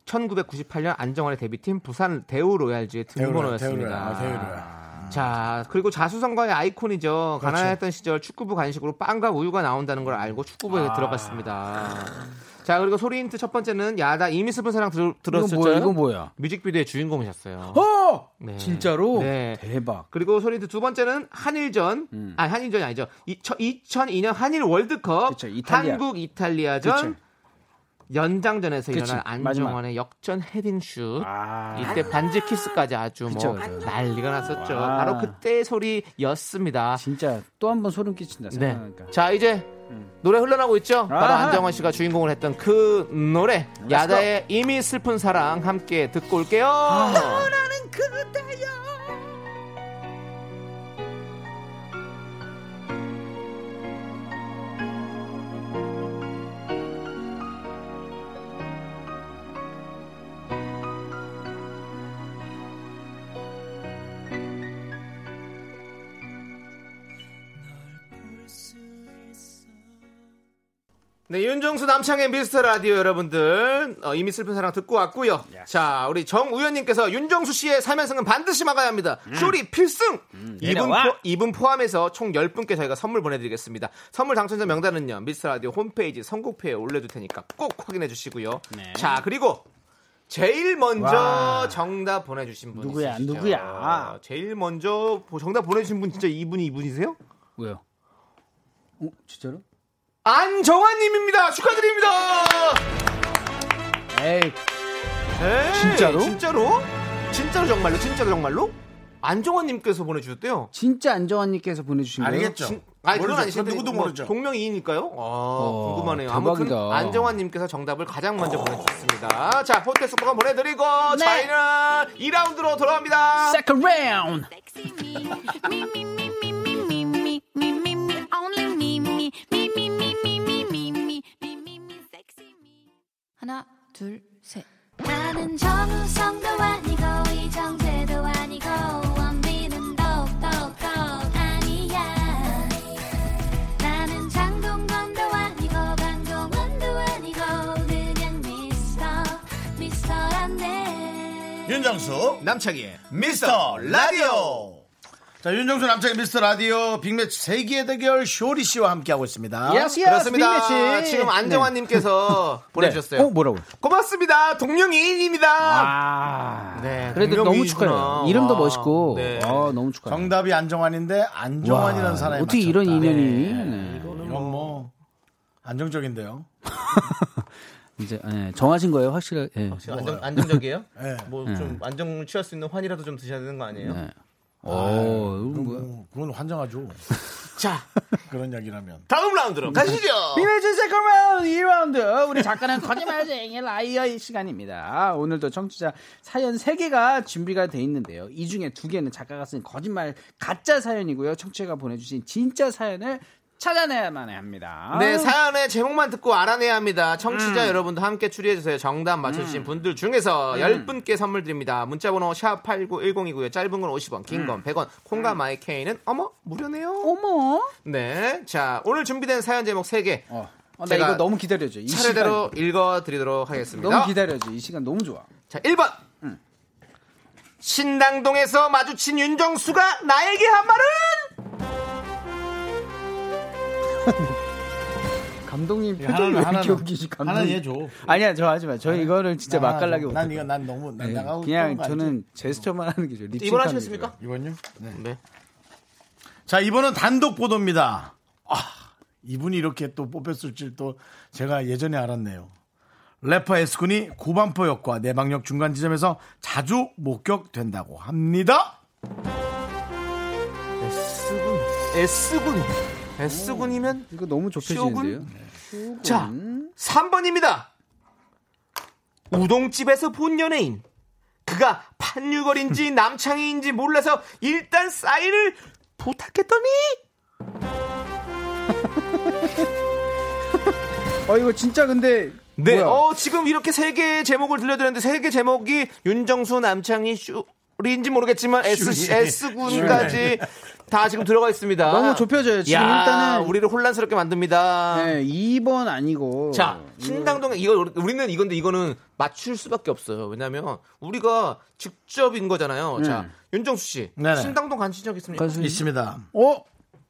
1998년 안정환의 데뷔팀 부산 대우로얄즈의
대우로, 대우로,
등번호였습니다. 아.
대우로.
자, 그리고 자수성가의 아이콘이죠. 가난했던 시절 축구부 간식으로 빵과 우유가 나온다는 걸 알고 축구부에 들어갔습니다. 자, 그리고 소리 힌트 첫 번째는 야다 이미스분 사랑 들,
이거
들었었죠.
뭐야? 이거 뭐야?
뮤직비디오의 주인공이셨어요.
어!
네.
진짜로?
네.
대박.
그리고 소리드 두 번째는 한일전,
음.
아니 한일전이 아니죠. 2002년 한일 월드컵,
그쵸, 이탈리아.
한국 이탈리아전, 연장전에서
그치,
일어난 안정환의 역전 헤딩슛
아.
이때 반지 키스까지 아주
그쵸,
뭐
그쵸.
난리가 났었죠.
와.
바로 그때의 소리였습니다.
진짜 또 한 번 소름 끼친다
네.
생각하니까. 음.
자 이제 노래 흘러나오고 있죠. 바로
그러니까. 아하.
안정환 씨가 주인공을 했던 그 노래 야다의 이미 슬픈 사랑 함께 듣고 올게요.
아.
네, 윤종수 남창의 미스터 라디오 여러분들 어, 이미 슬픈 사랑 듣고 왔고요. 자, 우리 정우현님께서 윤종수 씨의 3연승은 반드시 막아야 합니다. 쇼리 필승! 이분,
음. 내려와.
포, 이분 포함해서 총 10분께 저희가 선물 보내드리겠습니다. 선물 당첨자 명단은요. 미스터 라디오 홈페이지 선곡표에 올려둘 테니까 꼭 확인해 주시고요. 자, 그리고 제일 먼저
네. 와.
정답 보내주신 분
누구야,
있으시죠?
누구야?
제일 먼저 보- 정답 보내주신 분 진짜 이분이 이분이세요?
왜요? 어, 진짜로?
안정환님입니다. 축하드립니다.
에이,
에이,
진짜로?
진짜로? 진짜로 정말로? 진짜로 정말로? 안정환님께서 보내주셨대요.
진짜 안정환님께서 보내주신 거예요.
알겠죠.
진- 아니 그건
모르죠.
아니신데 뭐
그건 누구도 모르죠.
동명이인일까요? 아 궁금하네요. 아무튼
어, 대박이다.
안정환님께서 정답을 가장 먼저 보내주셨습니다. 자 호텔 숙박권 보내드리고 저희는 2라운드로 돌아옵니다.
Second round.
하나 둘 셋. 나는 정우성도 아니고 이정재도 아니고 원빈은 더욱더 아니야 나는 장동건도 아니고 강동원도 아니고 그냥 미스터 미스터란데
윤정수
남창희의
미스터 라디오. 자 윤정수 남창의 미스터 라디오 빅매치 세기의 대결 쇼리 씨와 함께하고 있습니다.
Yes, yes,
그렇습니다.
빅매치.
지금 안정환님께서 보내주셨어요.
<laughs> 네. 어, 뭐라고?
고맙습니다. 동명이인입니다.
아.
네,
그래도 너무
동명이인이구나.
축하해요. 이름도
와.
멋있고.
네.
어, 너무 축하해요.
정답이 안정환인데 안정환이라는
와,
사람이
어떻게
맞췄다.
이런 인연이
네.
네.
이건 뭐 안정적인데요.
이제 예, 정하신 거예요 확실하게 예.
지금 안정, 안정적이에요?
예.
뭐 좀 안정 취할 수 있는 환이라도 좀 드셔야 되는 거 아니에요?
네. 어, 이거 뭐야?
뭐, 그건 환장하죠.
자,
그런 이야기라면.
다음 라운드로 가시죠.
비밀진 세컨 라운드 2라운드 우리 작가는 거짓말쟁이 라이어의 시간입니다 오늘도 청취자 사연 3개가 준비가 돼 있는데요 이 중에 2개는 작가가 쓴 거짓말 가짜 사연이고요 청취자가 보내주신 진짜 사연을 찾아내야만 합니다
네, 사연의 제목만 듣고 알아내야 합니다. 청취자 여러분도 함께 추리해주세요. 정답 맞춰주신
음.
분들 중에서 10분께 선물 드립니다. 문자번호 샵8910이고요. 짧은 건 50원, 긴 건 100원, 콩과 마이케이는 어머, 무료네요.
음. 어머
네, 자, 오늘 준비된 사연 제목 3개
어, 어, 나
제가
이거 너무 기다려줘 이
차례대로 읽어드리도록 하겠습니다.
시간 너무 음. 기다려줘 이 시간 너무 좋아
자, 1번. 신당동에서 마주친 윤정수가 나에게 한 말은?
감독님 표정이 왜 이렇게 웃기지 감독님
하나 얘줘.
아니야 저 하지마 저 이거를 진짜
아,
맛깔나게
난
못해요.
이거 난 너무 난
네,
나가고 싶은
그냥
거 알죠?
저는 제스처만 하는 게 좋아요. 립싱크
이번
하는 게
하시겠습니까?
이번요? 네.
네.
자 이번은 단독 보도입니다. 아 이분이 이렇게 또 뽑혔을 줄 또 제가 예전에 알았네요. 래퍼 에스군이 고반포역과 내방역 중간 지점에서 자주 목격된다고 합니다.
S군. S군. S군이면
좋아요. 이거 너무 좁혀지는데요.
자, 3번입니다. 우동집에서 본 연예인. 그가
<laughs>
판유걸인지 남창희인지 몰라서 일단 사인을 부탁했더니
어 이거 진짜 근데
네,
뭐야?
어 지금 이렇게 세 개의 제목을 들려드렸는데 세 개 제목이 윤정수 남창희 슈리인지 모르겠지만 S S 군까지 다 지금 들어가 있습니다.
너무 좁혀져요. 지금
야,
일단은
우리를 혼란스럽게 만듭니다.
네, 2번 아니고
자,
어,
신당동 이거 우리- 우리는 이건데 이거는 맞출 수밖에 없어요. 왜냐면 우리가
음.
직접인 거잖아요. 자, 윤정수 씨,
네네.
신당동 간신 적 있습니까?
가수
있습니다.
어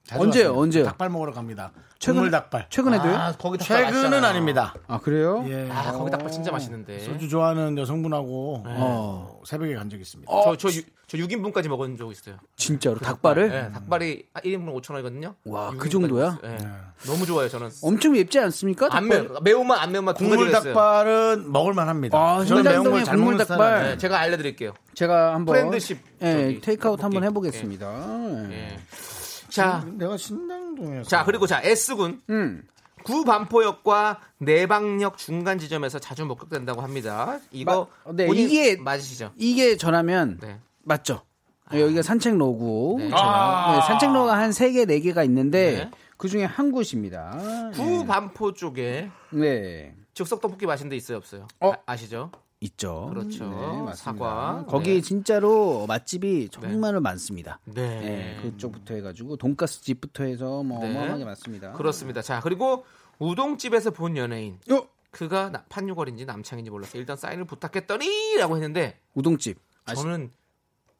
자주
언제요?
갔습니다.
언제요?
닭발 먹으러 갑니다.
최근에-
국물 닭발.
최근에도요?
아, 거기 닭발
최근은
맛있잖아요.
아닙니다.
아 그래요?
예.
아, 거기 닭발
음.
진짜 맛있는데.
소주 좋아하는 여성분하고
네.
어, 새벽에 간 적이 있습니다.
저, 저, 육- 저 6인분까지 먹은 적 있어요.
진짜로 닭발을
예, 닭발이 1인분 5,000원이거든요.
네?
네.
와, 그 정도야?
너무 좋아요, 저는.
엄청 맵지 않습니까?
안
닭발?
매운, 매운맛, 안 매운맛 두
국물
가지가 있어요.
닭발은 먹을만 합니다.
아,
저는 매운
흑마장동의
걸 잘
국물
먹는
닭발.
닭발.
네, 제가 알려드릴게요.
제가 한번
프렌드십
예,
저기
테이크아웃 한번
떡볶이.
해보겠습니다.
예. 자,
내가 신당동에서
자, 그리고 자, S군.
음.
구반포역과 내방역 중간 지점에서 자주 목격된다고 합니다. 이거
마- 네,
본인
이게-
맞으시죠?
이게 전하면
네. 아.
맞죠? 여기가 산책로고
네.
네, 산책로가 한 세 개 네 개가 있는데
네.
그 중에 한 곳입니다.
구반포 쪽에
네.
즉석 떡볶이 맛있는 데 있어요, 없어요?
어?
아, 시죠
있죠. 네,
그렇죠.
맞습니다.
사과.
거기
네.
진짜로 맛집이 정말로 많습니다.
네.
네, 그쪽부터 해가지고 돈가스 집부터 해서 뭐
네.
어마어마하게 많습니다.
그렇습니다. 자, 그리고 우동집에서 본 연예인.
어?
그가 나- 판유걸인지 남창인지 몰라서 일단 사인을 부탁했더니라고 했는데
우동집. 아,
저는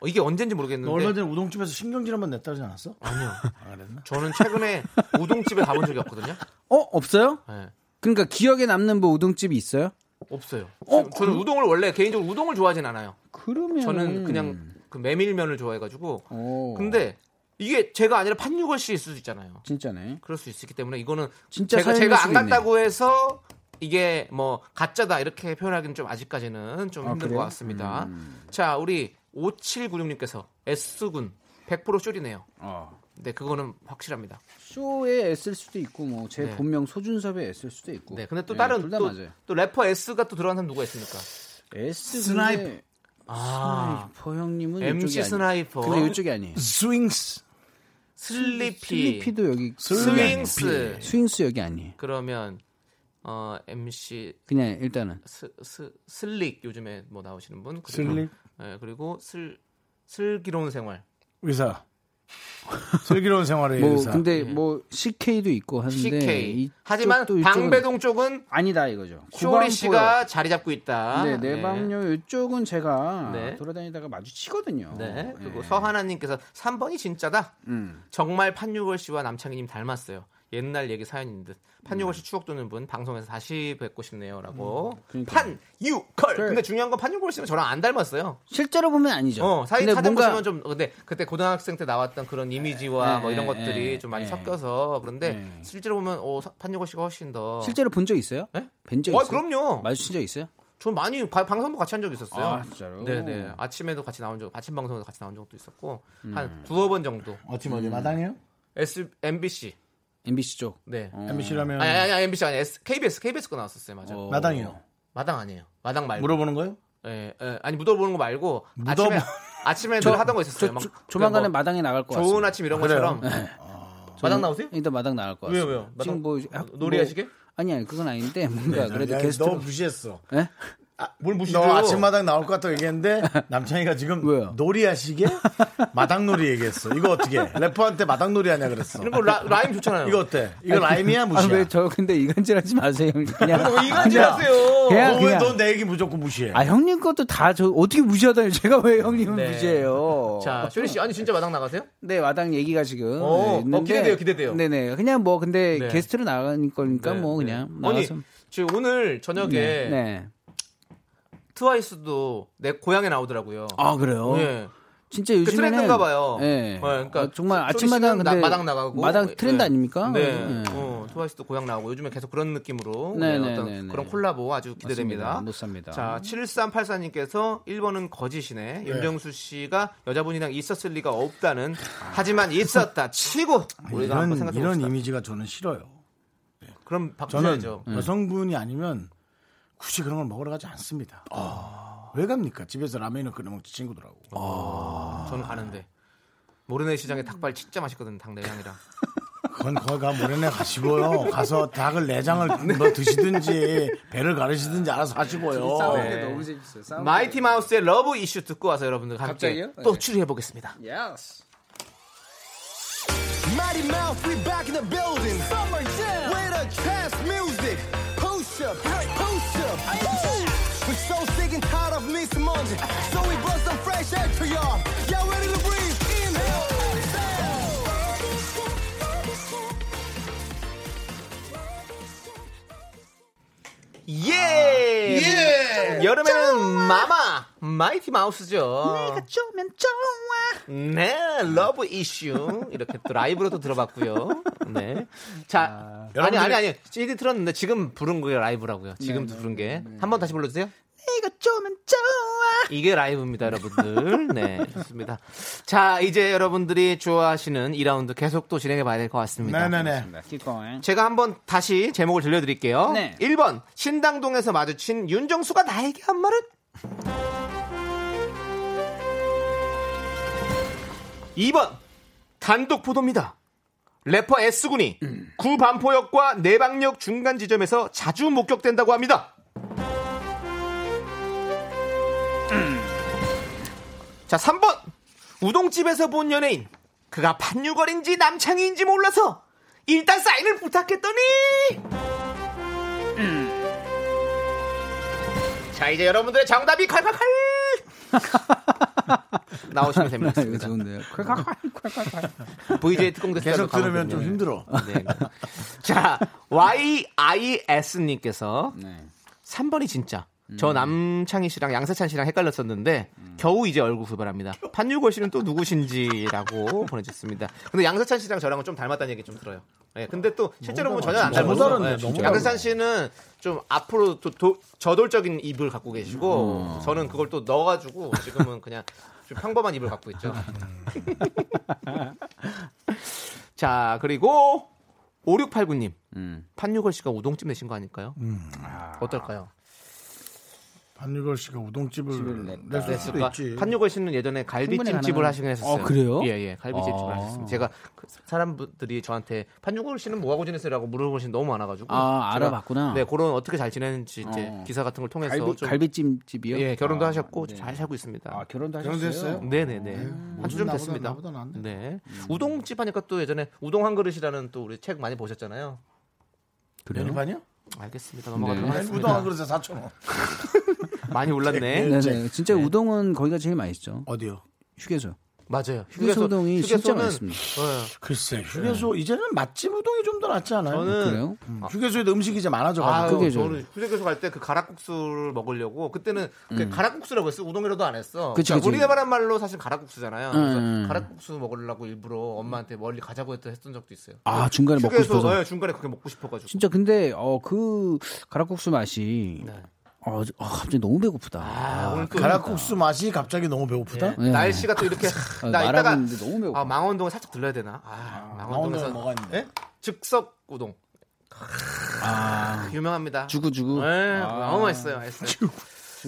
어, 이게 언젠지 모르겠는데
너 얼마 전에 우동집에서 신경질 한번 냈다 그러지 않았어?
아니요.
아, 그랬나?
저는 최근에 우동집에 가본 적이 없거든요.
어 없어요?
네.
그러니까 기억에 남는 뭐 우동집이 있어요?
없어요. 저,
그
는 우동을 원래 개인적으로 우동을 좋아하진 않아요.
그러면
저는 그냥 그 메밀면을 좋아해가지고.
오,
근데 이게 제가 아니라 판유걸 씨일 수도 있잖아요.
진짜네.
그럴 수 있기 때문에 이거는
진짜
제가
사연일
제가 안
수도
갔다고 해서 이게 뭐 가짜다 이렇게 표현하기는 좀 아직까지는 좀
아,
힘든
그래요? 음.
것 같습니다. 자 우리 5796님께서 S군 100% 쇼리네요.
어.
네 그거는 확실합니다.
쇼에 애쓸 수도 있고 뭐 제
네.
본명 소준섭에 애쓸 수도 있고.
네 근데 또
예,
다른
둘다
또,
맞아요.
또 래퍼 S가 또 들어간 사람 누가 있습니까?
S
스나이퍼.
아
스나이퍼 형님은
MC
이쪽이
스나이퍼.
아니. 근데 이쪽이 아니에요.
스윙스.
슬리피,
필리피도 여기
스윙스
스윙스 여기 아니에요.
그러면 어 MC
그냥 일단은 뭐
스, 스, 슬릭 요즘에 뭐 나오시는 분 그리고,
슬릭?
예, 그리고 슬 슬기로운 생활
의사. 슬기로운 생활의
뭐
의사.
근데 뭐 CK도 있고 하는데
CK
이쪽도
하지만
이쪽은
방배동 쪽은
아니다 이거죠.
쇼리
구방포역.
씨가 자리 잡고 있다 예.
네, 내방요 이쪽은 제가
네.
돌아다니다가 마주치거든요.
네. 네. 그리고
예.
서하나님께서 3번이 진짜다
음.
정말 판유걸 씨와 남창희님 닮았어요 옛날 얘기 사연인 듯 판유걸 씨 추억 도는 분 방송에서 다시 뵙고 싶네요라고
음. 그러니까요. 네.
판유걸
걸.
근데 중요한 건 판유걸 씨는 저랑 안 닮았어요
실제로 보면 아니죠.
어, 사이
근데
찾아보시면 좀 근데 그때 고등학생 때 나왔던 그런 이미지와
에,
뭐 이런
에,
것들이
에,
좀 많이
에.
섞여서 그런데
에.
실제로 보면 어, 사- 판유거 씨가 훨씬 더
예. 실제로 본 적 있어요?
예?
뵌적 있어요?
어, 그럼요.
마주친 적 있어요?
전 많이 바- 방송도 같이 한 적이 있었어요.
아, 진짜로?
네네. 아침에도 같이 나온 적, 아침 방송에도 같이 나온 적도 있었고
음.
한 두어 번 정도.
어찌 어디 마당이요?
S MBC.
MBC 쪽.
네.
MBC라면
아니 아니 아니, MBC 아니 S, KBS KBS 거 나왔었어요 맞아. 요
어. 어.
마당이요.
마당 아니에요. 마당 말고.
물어보는 거요?
예, 예. 아니 묻어보는 거 말고
묻어보-
아침에 아침에도 하던 거 있었어요.
저,
네, 막
조-
그냥
조만간에
뭐
마당에 나갈 것
좋은
같습니다. 네. 아.
아침 이런
그래요?
것처럼 네. 마당 나오세요?
일단 마당 나갈 것 같습니다.
왜요, 왜요? 마당-
지금 뭐 학-
놀이하시게? 네,
뭐- 아니 아니 그건 아닌데 뭔가 그래도
야, 너
게스트로
무시했어.
예?
뭘 무시죠?
너 아침마당 나올 것 같다고
<laughs>
얘기했는데 남창이가 지금
왜요?
놀이하시게 마당놀이 얘기했어. 이거 어떻게 해? 래퍼한테 마당놀이 하냐 그랬어.
이런 거 라, 라임 좋잖아요.
이거 어때? 이거 라임이야 무시야?
아, 왜 저 근데 이간질하지 마세요.
<laughs>
그냥 <laughs>
이간질하세요.
그냥-
너 어, 왜 넌 내 얘기 무조건 무시해?
아 형님 것도 다 저 어떻게 무시하다니 제가 왜 형님을
네.
무시해요?
자, 쇼리 씨, 아니 진짜 마당 나가세요?
네 마당 얘기가 지금
어,
네, 있는데
어, 기대돼요, 기대돼요.
네네 그냥 뭐 근데
네.
게스트로 나갈 거니까
네,
뭐
네.
그냥
아니,
나가서
지금 오늘 저녁에
네. 네.
트와이스도 내 고향에 나오더라고요.
아 그래요?
예.
진짜
그
요즘에는
트렌드인가 봐요.
예.
어, 그러니까
아, 정말
쇼리
아침마당
씨는 나-
근데
마당 나가고
마당 트렌드
예.
아닙니까?
네.
예.
어, 트와이스도 고향 나오고 요즘에 계속 그런 느낌으로
네,
예,
네,
어떤
네, 네.
그런 콜라보 아주 기대됩니다.
맞습니다. 못 삽니다.
자, 7384님께서 1번은 거짓이네. 윤정수 씨가 여자분이랑 있었을 리가 없다는 하지만 있었다 치고
아,
우리가 한번
이런
생각해
이런
봅시다.
이미지가 저는 싫어요.
그럼
저는
바꾸셔야죠.
여성분이 아니면 굳이 그런 걸 먹으러 가지 않습니다. 왜 갑니까? 집에서 라면을 끓여 먹지 친구들하고.
아.
저는 가는데 모르네 시장에 닭발 진짜 맛있거든 당내향이랑
그건 거가 모래내 가시고요. 가서 닭을 내장을 뭐 드시든지 배를 가르시든지 알아서 하시고요.
싸우는 게
네.
너무 재밌어요. 싸우는
마이티 마우스의 러브 이슈 듣고 와서 여러분들 함께
아, 갑자기요?
또
네.
추리해 보겠습니다.
게- Yes.
Mighty Mouth, we back in the building. Summer jam. With the trance music. Push up, hey, push up.
Oh,
We're so sick and tired of Miss Monday. So we brought some fresh air to y'all. Y'all ready to breathe? Inhale. exhale.
예.
예.
예!
네, 여름에는 마마 마이티 마우스죠.
네,
내가 좋으면 좋아.
네, 러브 이슈 이렇게 또 라이브로도 들어봤고요. 네, 자 아니 아니 아니 CD 들었는데 지금 부른 게 라이브라고요.
네,
지금 부른 게 한 번 다시 불러주세요.
내가 좋으면 좋아.
이게 라이브입니다, 여러분들. 네, 좋습니다. 자, 이제 여러분들이 좋아하시는 2라운드 계속 또 진행해 봐야 될 것 같습니다.
네네네.
기꺼잉.
제가 한번 다시 제목을 들려드릴게요.
네.
1번, 신당동에서 마주친 윤정수가 나에게 한 말은? 2번, 단독 보도입니다. 래퍼 S군이 구반포역과 내방역 중간 지점에서 자주 목격된다고 합니다. 자, 3번. 우동집에서 본 연예인. 그가 판유걸인지 남창희인지 몰라서 일단 사인을 부탁했더니. 음. 자, 이제 여러분들의 정답이 <laughs> 칼칼칼. 나오시면 됩니다.
네,
<laughs> 좋은데요.
VJ 특공대
계속 들으면 좀 힘들어.
네. 자, YIS님께서
네.
3번이 진짜.
음.
저 남창희 씨랑 양세찬 씨랑 헷갈렸었는데 겨우 이제 얼굴 구별합니다. 판유걸 씨는 또
<laughs>
누구신지라고 보내줬습니다. 근데 양세찬 씨랑 저랑은 좀 닮았다는 얘기 좀 들어요. 예, 근데 또 실제로 보면 전혀 안
너무
닮았어요.
다른데,
예,
너무
양세찬 씨는 좀 앞으로 도- 도- 저돌적인 입을 갖고
음.
계시고 저는 그걸 또 넣어가지고 지금은 그냥 좀 평범한 입을
<laughs>
갖고 있죠. 자, 그리고 5689님.
음.
판유걸 씨가 우동집 내신 거 아닐까요?
음.
어떨까요?
반유걸 씨가 우동집을 냈을 수도
그러니까
있지. 아,
판유걸 씨는 예전에
충분히
갈비찜집을
가능한-
하시긴 했었어요.
어, 그래요?
예, 예. 갈비찜집을 하셨습니다. 제가 그 사람들이 저한테 판유걸 씨는 뭐하고 지냈어요라고 물어보신 너무 많아 가지고
아, 알아봤구나.
네, 그런 어떻게 잘 지내는지 이제
어.
기사 같은 걸 통해서
갈비,
좀
갈비찜 집이요?
예, 결혼도
아,
하셨고
네.
잘 살고 있습니다.
아, 결혼도 하셨어요?
결혼됐어요? 음,
네, 네, 네. 한주 좀
나보다-
됐습니다.
나보다 낫네.
네.
음.
우동집 하니까 또 예전에 우동 한 그릇이라는 또 우리 책 많이 보셨잖아요.
그래요?
연입하냐?
네. 알겠습니다. 넘어가도록
네.
하겠습니다.
우동 한 그릇에 4천 원.
많이 올랐네.
네, 네. 진짜 우동은 거기가 제일 맛있죠.
어디요?
휴게소.
맞아요.
휴게소 우동이 진짜
휴게소는-
맛있습니다.
어,
글쎄 휴게소 이제는 맛집 우동이 좀 더 낫지 않아요?
저는
그래요?
음, 휴게소에도 음식이 이제 많아져가지고
아유,
그게 좀-
저는 휴게소 갈 때 그 가락국수를 먹으려고 그때는 그 가락국수라고 했어 우동이라도 안 했어.
음. 그치,
그러니까
그치.
우리가 말한 말로 사실 가락국수잖아요. 그래서
음.
가락국수 먹으려고 일부러 엄마한테 멀리 가자고 했던, 했던 적도 있어요.
아, 중간에 먹고
휴게소,
싶어서.
예, 중간에 그게 먹고 싶어가지고.
진짜 근데 어 그 가락국수 맛이 어, 저- 아, 갑자기 너무 배고프다.
네. 아, 오늘 또
가락국수 그 맛이 갑자기 너무 배고프다.
예.
날씨가 또 이렇게
아,
나 이따가
말하는데 너무 배고파.
아, 망원동을 살짝 들러야 되나? 아, 망원동에서
망원동에 뭐가 있는데?
예? 즉석 우동. 아, 유명합니다.
주구주구.
예, 너무 맛있어요. 맛있어요.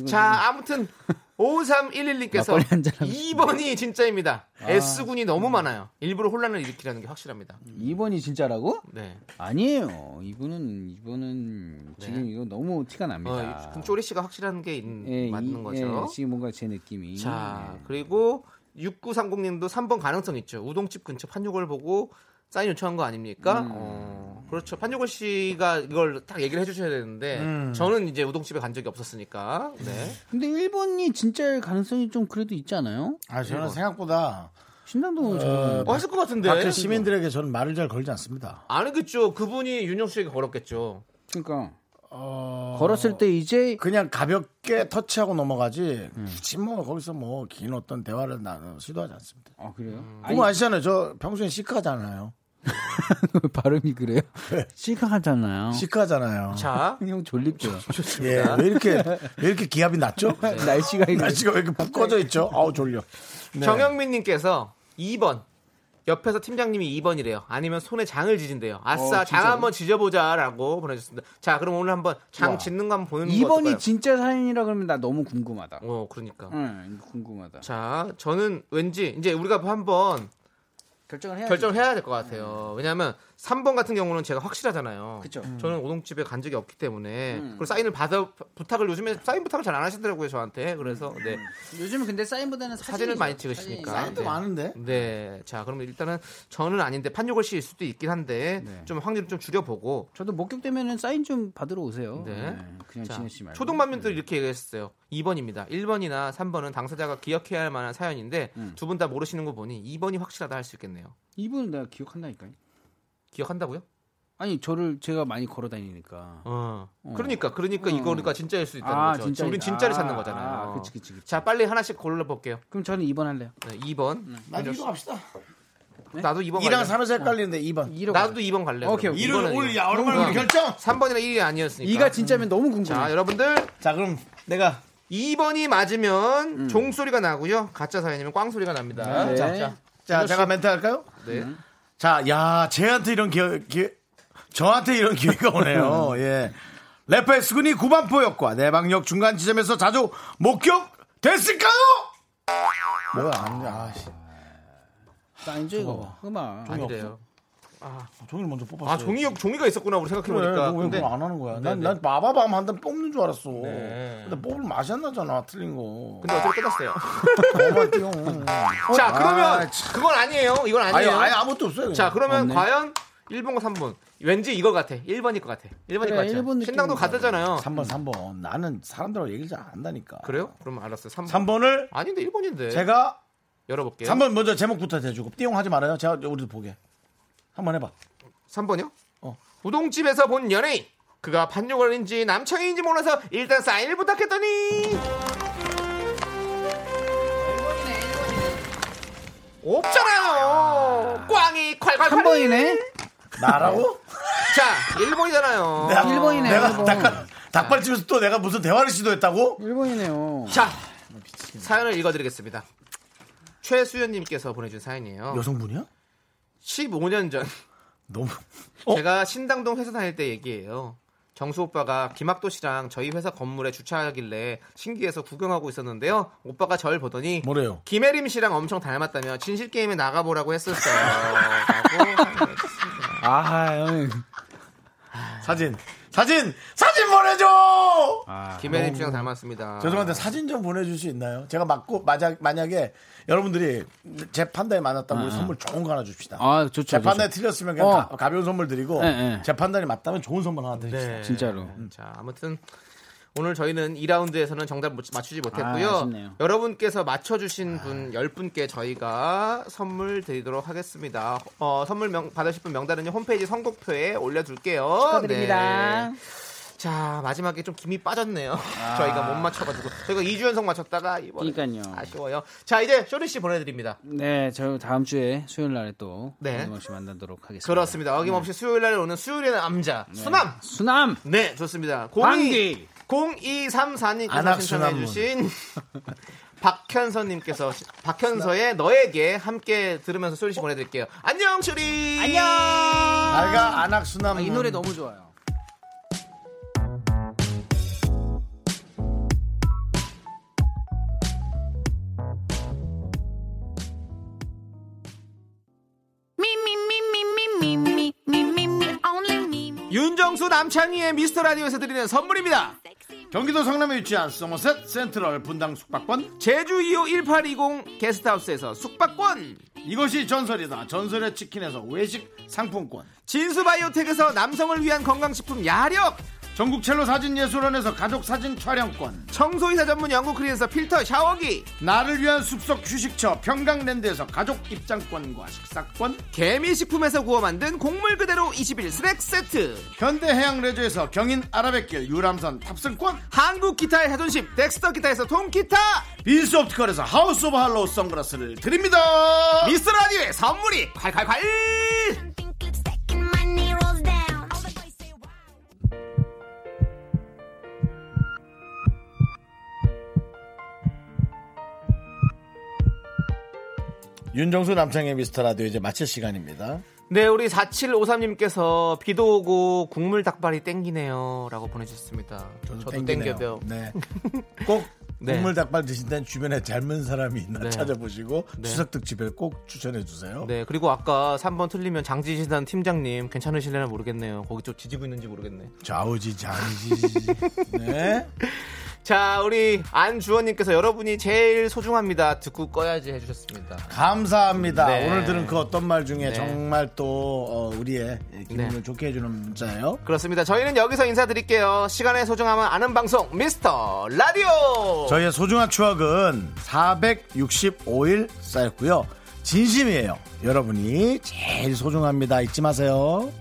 자, 아무튼 5311님께서
막걸리 한잔 하고 아.
2번이 진짜입니다. S군이 너무 많아요. 일부러 혼란을 일으키라는 게 확실합니다.
2번이 진짜라고?
네.
아니에요. 이분은 이분은 지금 이거 너무 티가 납니다.
어, 그럼 쪼리 씨가 확실한 게 있-
음. 예,
맞는
이-
거죠.
예, 지금 뭔가 제 느낌이.
자,
음, 네.
예.
그리고 6930님도 3번 가능성 있죠. 우동집 근처 판유걸 보고 사인 요청한 거 아닙니까?
음.
어, 그렇죠. 판유걸 씨가 이걸 딱 얘기를 해주셔야 되는데
음.
저는 이제 우동집에 간 적이 없었으니까. 네.
근데 1번이 진짜일 가능성이 좀 그래도 있지 않아요?
아 저는 생각보다 네.
신당동 저는
어, 했을 것 같은데.
밖에 시민들에게 저는 말을 잘 걸지 않습니다.
아니겠죠. 그분이 윤영수 씨에게 걸었겠죠.
그러니까 걸었을 때 이제
그냥 가볍게 터치하고 넘어가지 굳이 뭐 거기서 뭐 긴 어떤 대화를 나는 시도하지 않습니다.
아 그래요?
음.
아니
그거 아시잖아요. 저 평소에 뭐 시크하잖아요.
<laughs> 발음이 그래요? 시크하잖아요.
시크하잖아요. <laughs>
자,
형 졸립죠.
예, 왜 이렇게 왜 이렇게 기압이 낮죠?
<laughs> 날씨가 이래.
날씨가 왜 이렇게 푹 꺼져 있죠? 아우 졸려.
네.
네.
정영민님께서 2번. 옆에서 팀장님이 2번이래요. 아니면 손에 장을 지진대요.
어,
아싸, 장 한번 지져보자라고 보내주셨습니다. 자, 그럼 오늘 한번 장 짓는 거 한번 보는 거
2번이
어떨까요?
진짜 사연이라 그러면 나 너무 궁금하다.
어, 그러니까.
응, 이거 궁금하다.
자, 저는 왠지 이제 우리가 한번
결정을 해야
결정을 해야 될 것 같아요. 왜냐하면 3번 같은 경우는 제가 확실하잖아요.
그쵸. 음.
저는 오동집에 간 적이 없기 때문에 그리고 사인을 받아 부탁을 요즘에 사인 부탁을 잘 안 하시더라고요 저한테. 그래서
음.
네.
요즘은 근데 사인보다는
사진을 많이 찍으시니까.
사인도
네.
많은데.
네. 자, 그럼 일단은 저는 아닌데 판유걸 씨일 수도 있긴 한데
네.
좀 확률을 좀 줄여보고.
저도 목격되면은 사인 좀 받으러 오세요.
네.
그냥
자,
진우 씨 말고. 음. 네.
초등반민들 이렇게 얘기했어요. 2번입니다. 1번이나 3번은 당사자가 기억해야 할 만한 사연인데
음.
두 분 다 모르시는 거 보니 2번이 확실하다 할 수 있겠네요.
이분은 내가 기억한다니까요.
기억한다고요?
아니 저를 제가 많이 걸어 다니니까.
어. 그러니까 그러니까
어.
이거가 진짜일 수 있다는
아,
거죠.
진짜.
우린 진짜를
아,
찾는 거잖아요.
아, 그치, 그치, 그치.
자, 빨리 하나씩 골라 볼게요.
그럼 저는 2번 할래요.
네, 2번.
음,
난 이거 합시다.
네?
나도 2번
2랑
갈래.
3에서 헷갈리는데 2번.
이로
나도 2번 갈래.
오케이, 오케이.
이를 올 야, 얼마나 우리 결정?
3번이나 1위 아니었으니까.
2가 진짜면 너무 궁금해.
자, 여러분들
자, 그럼 내가
2번이 맞으면 종소리가 나고요. 가짜 사연이면 꽝소리가 납니다.
음. 네. 음.
자, 자.
자, 제가 멘트 할까요?
네.
자, 야, 쟤한테 이런 기회, 기회 저한테 이런 기회가 오네요. <laughs> 예. 래퍼의 수근이 구반포역과 내방역 중간 지점에서 자주 목격 됐을까요? 뭐야, 안 돼. 아, 씨.
사인죠 이거. 음악.
아니래요.
종이를 먼저 뽑았어.
아, 종이 종이가 있었구나. 우리 생각해 보니까.
그러니까 왜 그걸 안 하는 거야? 난,
네.
난 마바밤 한 단 뽑는 줄 알았어. 근데 뽑을 맛이 안 나잖아, 틀린 거.
근데 어떻게 끝났어요?
<laughs> 너무 띄용.
<laughs>
어,
자, 그러면
아, 참.
그건 아니에요. 이건
아니,
아니에요.
아예 아무것도 없어요.
자,
그냥.
그러면 과연 1번과 3번. 왠지 이거 같아. 1번일 것 같아. 1번일 것
그래,
같아.
일본 느낌.
신랑도 같았잖아요.
3번, 3번. 나는 사람들하고 얘기를 잘 안 한다니까.
그래요? 네. 그럼 알았어요. 3번.
3번을
아닌데 1번인데.
제가
열어볼게요.
3번 먼저 제목부터 대주고 띠용 하지 말아요. 제가 우리도 보게. 한번 해봐.
3번이요?
어.
우동집에서 본 연예인. 그가 판유걸인지 남청인지 몰라서 일단 사인을 부탁했더니. 없잖아요. 꽝이 콸콸콸.
한 번이네.
나라고?
자, 1번이잖아요.
내가-
어, 일본이네요,
내가
일본.
닭, 닭발집에서 또 내가 무슨 대화를 시도했다고?
1번이네요.
아,
자, 사연을 읽어드리겠습니다. 최수연님께서 보내준 사연이에요.
여성분이야?
15년 전
너무. <laughs> 어?
제가 신당동 회사 다닐 때 얘기예요. 정수 오빠가 김학도 씨랑 저희 회사 건물에 주차하길래 신기해서 구경하고 있었는데요. 오빠가 저를 보더니
뭐래요?
김혜림 씨랑 엄청 닮았다며 진실 게임에 나가보라고
<laughs>
했었어요. 라고 하네요.
아, 형.
사진. 사진! 사진 보내줘!
아.
김혜림 씨랑 닮았습니다.
아, 죄송한데 사진 좀 보내줄 수 있나요? 제가 맞고, 만약, 만약에 여러분들이 제 판단이 맞았다면 우리 선물 좋은 거 하나 줍시다.
아, 좋죠,
제 판단이
좋죠.
틀렸으면 그냥
어.
가, 가벼운 선물 드리고
네, 네.
제 판단이 맞다면 좋은 선물 하나 드립시다.
네.
진짜로.
자, 아무튼 오늘 저희는 2라운드에서는 정답 못- 맞추지 못했고요.
아, 아쉽네요. 아.
여러분께서 맞춰주신 분 10분께 저희가 선물 드리도록 하겠습니다. 어, 선물 명- 받으실 분 명단은요, 홈페이지 선곡표에 올려둘게요.
축하드립니다.
네. 자, 마지막에 좀 김이 빠졌네요. <laughs> 저희가 못 맞춰가지고. 저희가 2주 연속 맞췄다가 이번에
아. 그러니까요.
아쉬워요. 자, 이제 쇼리씨 보내드립니다.
네, 저 다음 주에 수요일 날에 또
네.
어김없이 만나도록 하겠습니다.
그렇습니다. 어김없이
네.
수요일 날에 오는 수요일의 남자, 수남!
수남.
네, 좋습니다.
네. 방귀.
0234님께서
안악
신청해주신 <laughs> 박현서님께서 박현서의 너에게 함께 들으면서 소리 씨 보내드릴게요. 안녕, 추리. 아, 안녕.
알가 안악수남
아, 이
음.
노래 너무 좋아요.
윤정수 남창희의 미스터 라디오에서 드리는 선물입니다.
경기도 성남에 위치한 서머셋 센트럴 분당 숙박권
제주 2호 1820 게스트하우스에서 숙박권.
이것이 전설이다 전설의 치킨에서 외식 상품권
진수바이오텍에서 남성을 위한 건강식품 야력.
전국 첼로 사진 예술원에서 가족 사진 촬영권
청소이사 전문 영국 크린에서 필터 샤워기.
나를 위한 숲속 휴식처 평강랜드에서 가족 입장권과 식사권
개미식품에서 구워 만든 곡물 그대로 21 스낵 세트.
현대해양 레저에서 경인 아라뱃길 유람선 탑승권
한국 기타의 자존심 덱스터 기타에서 통기타
빈스옵티컬에서 하우스 오브 할로우 선글라스를 드립니다
미스 라디오의 선물이 콸콸콸
윤정수 남창의 미스터라디오 이제 마칠 시간입니다
네 우리 4753님께서 비도 오고 국물 닭발이 땡기네요 라고 보내주셨습니다 저도,
땡기네요.
땡겨요 <laughs>
네. 꼭
네.
국물 닭발 드신 땐 주변에 젊은 사람이 있나
네.
찾아보시고 추석 특집에 꼭 추천해 주세요.
네 그리고 아까 3번 틀리면 장지신단 팀장님 괜찮으실려나 모르겠네요 거기 좀 지지고 있는지 모르겠네
좌우지 장지. 네.
자 우리 안주원님께서 여러분이 제일 소중합니다 듣고 꺼야지 해주셨습니다
감사합니다.
네.
오늘 들은 그 어떤 말 중에
네.
정말 또 어, 우리의 기분을
네.
좋게 해주는 문자예요.
그렇습니다 저희는 여기서 인사드릴게요 시간의 소중함은 아는 방송 미스터 라디오
저희의 소중한 추억은 465일 쌓였고요. 진심이에요. 여러분이 제일 소중합니다. 잊지 마세요.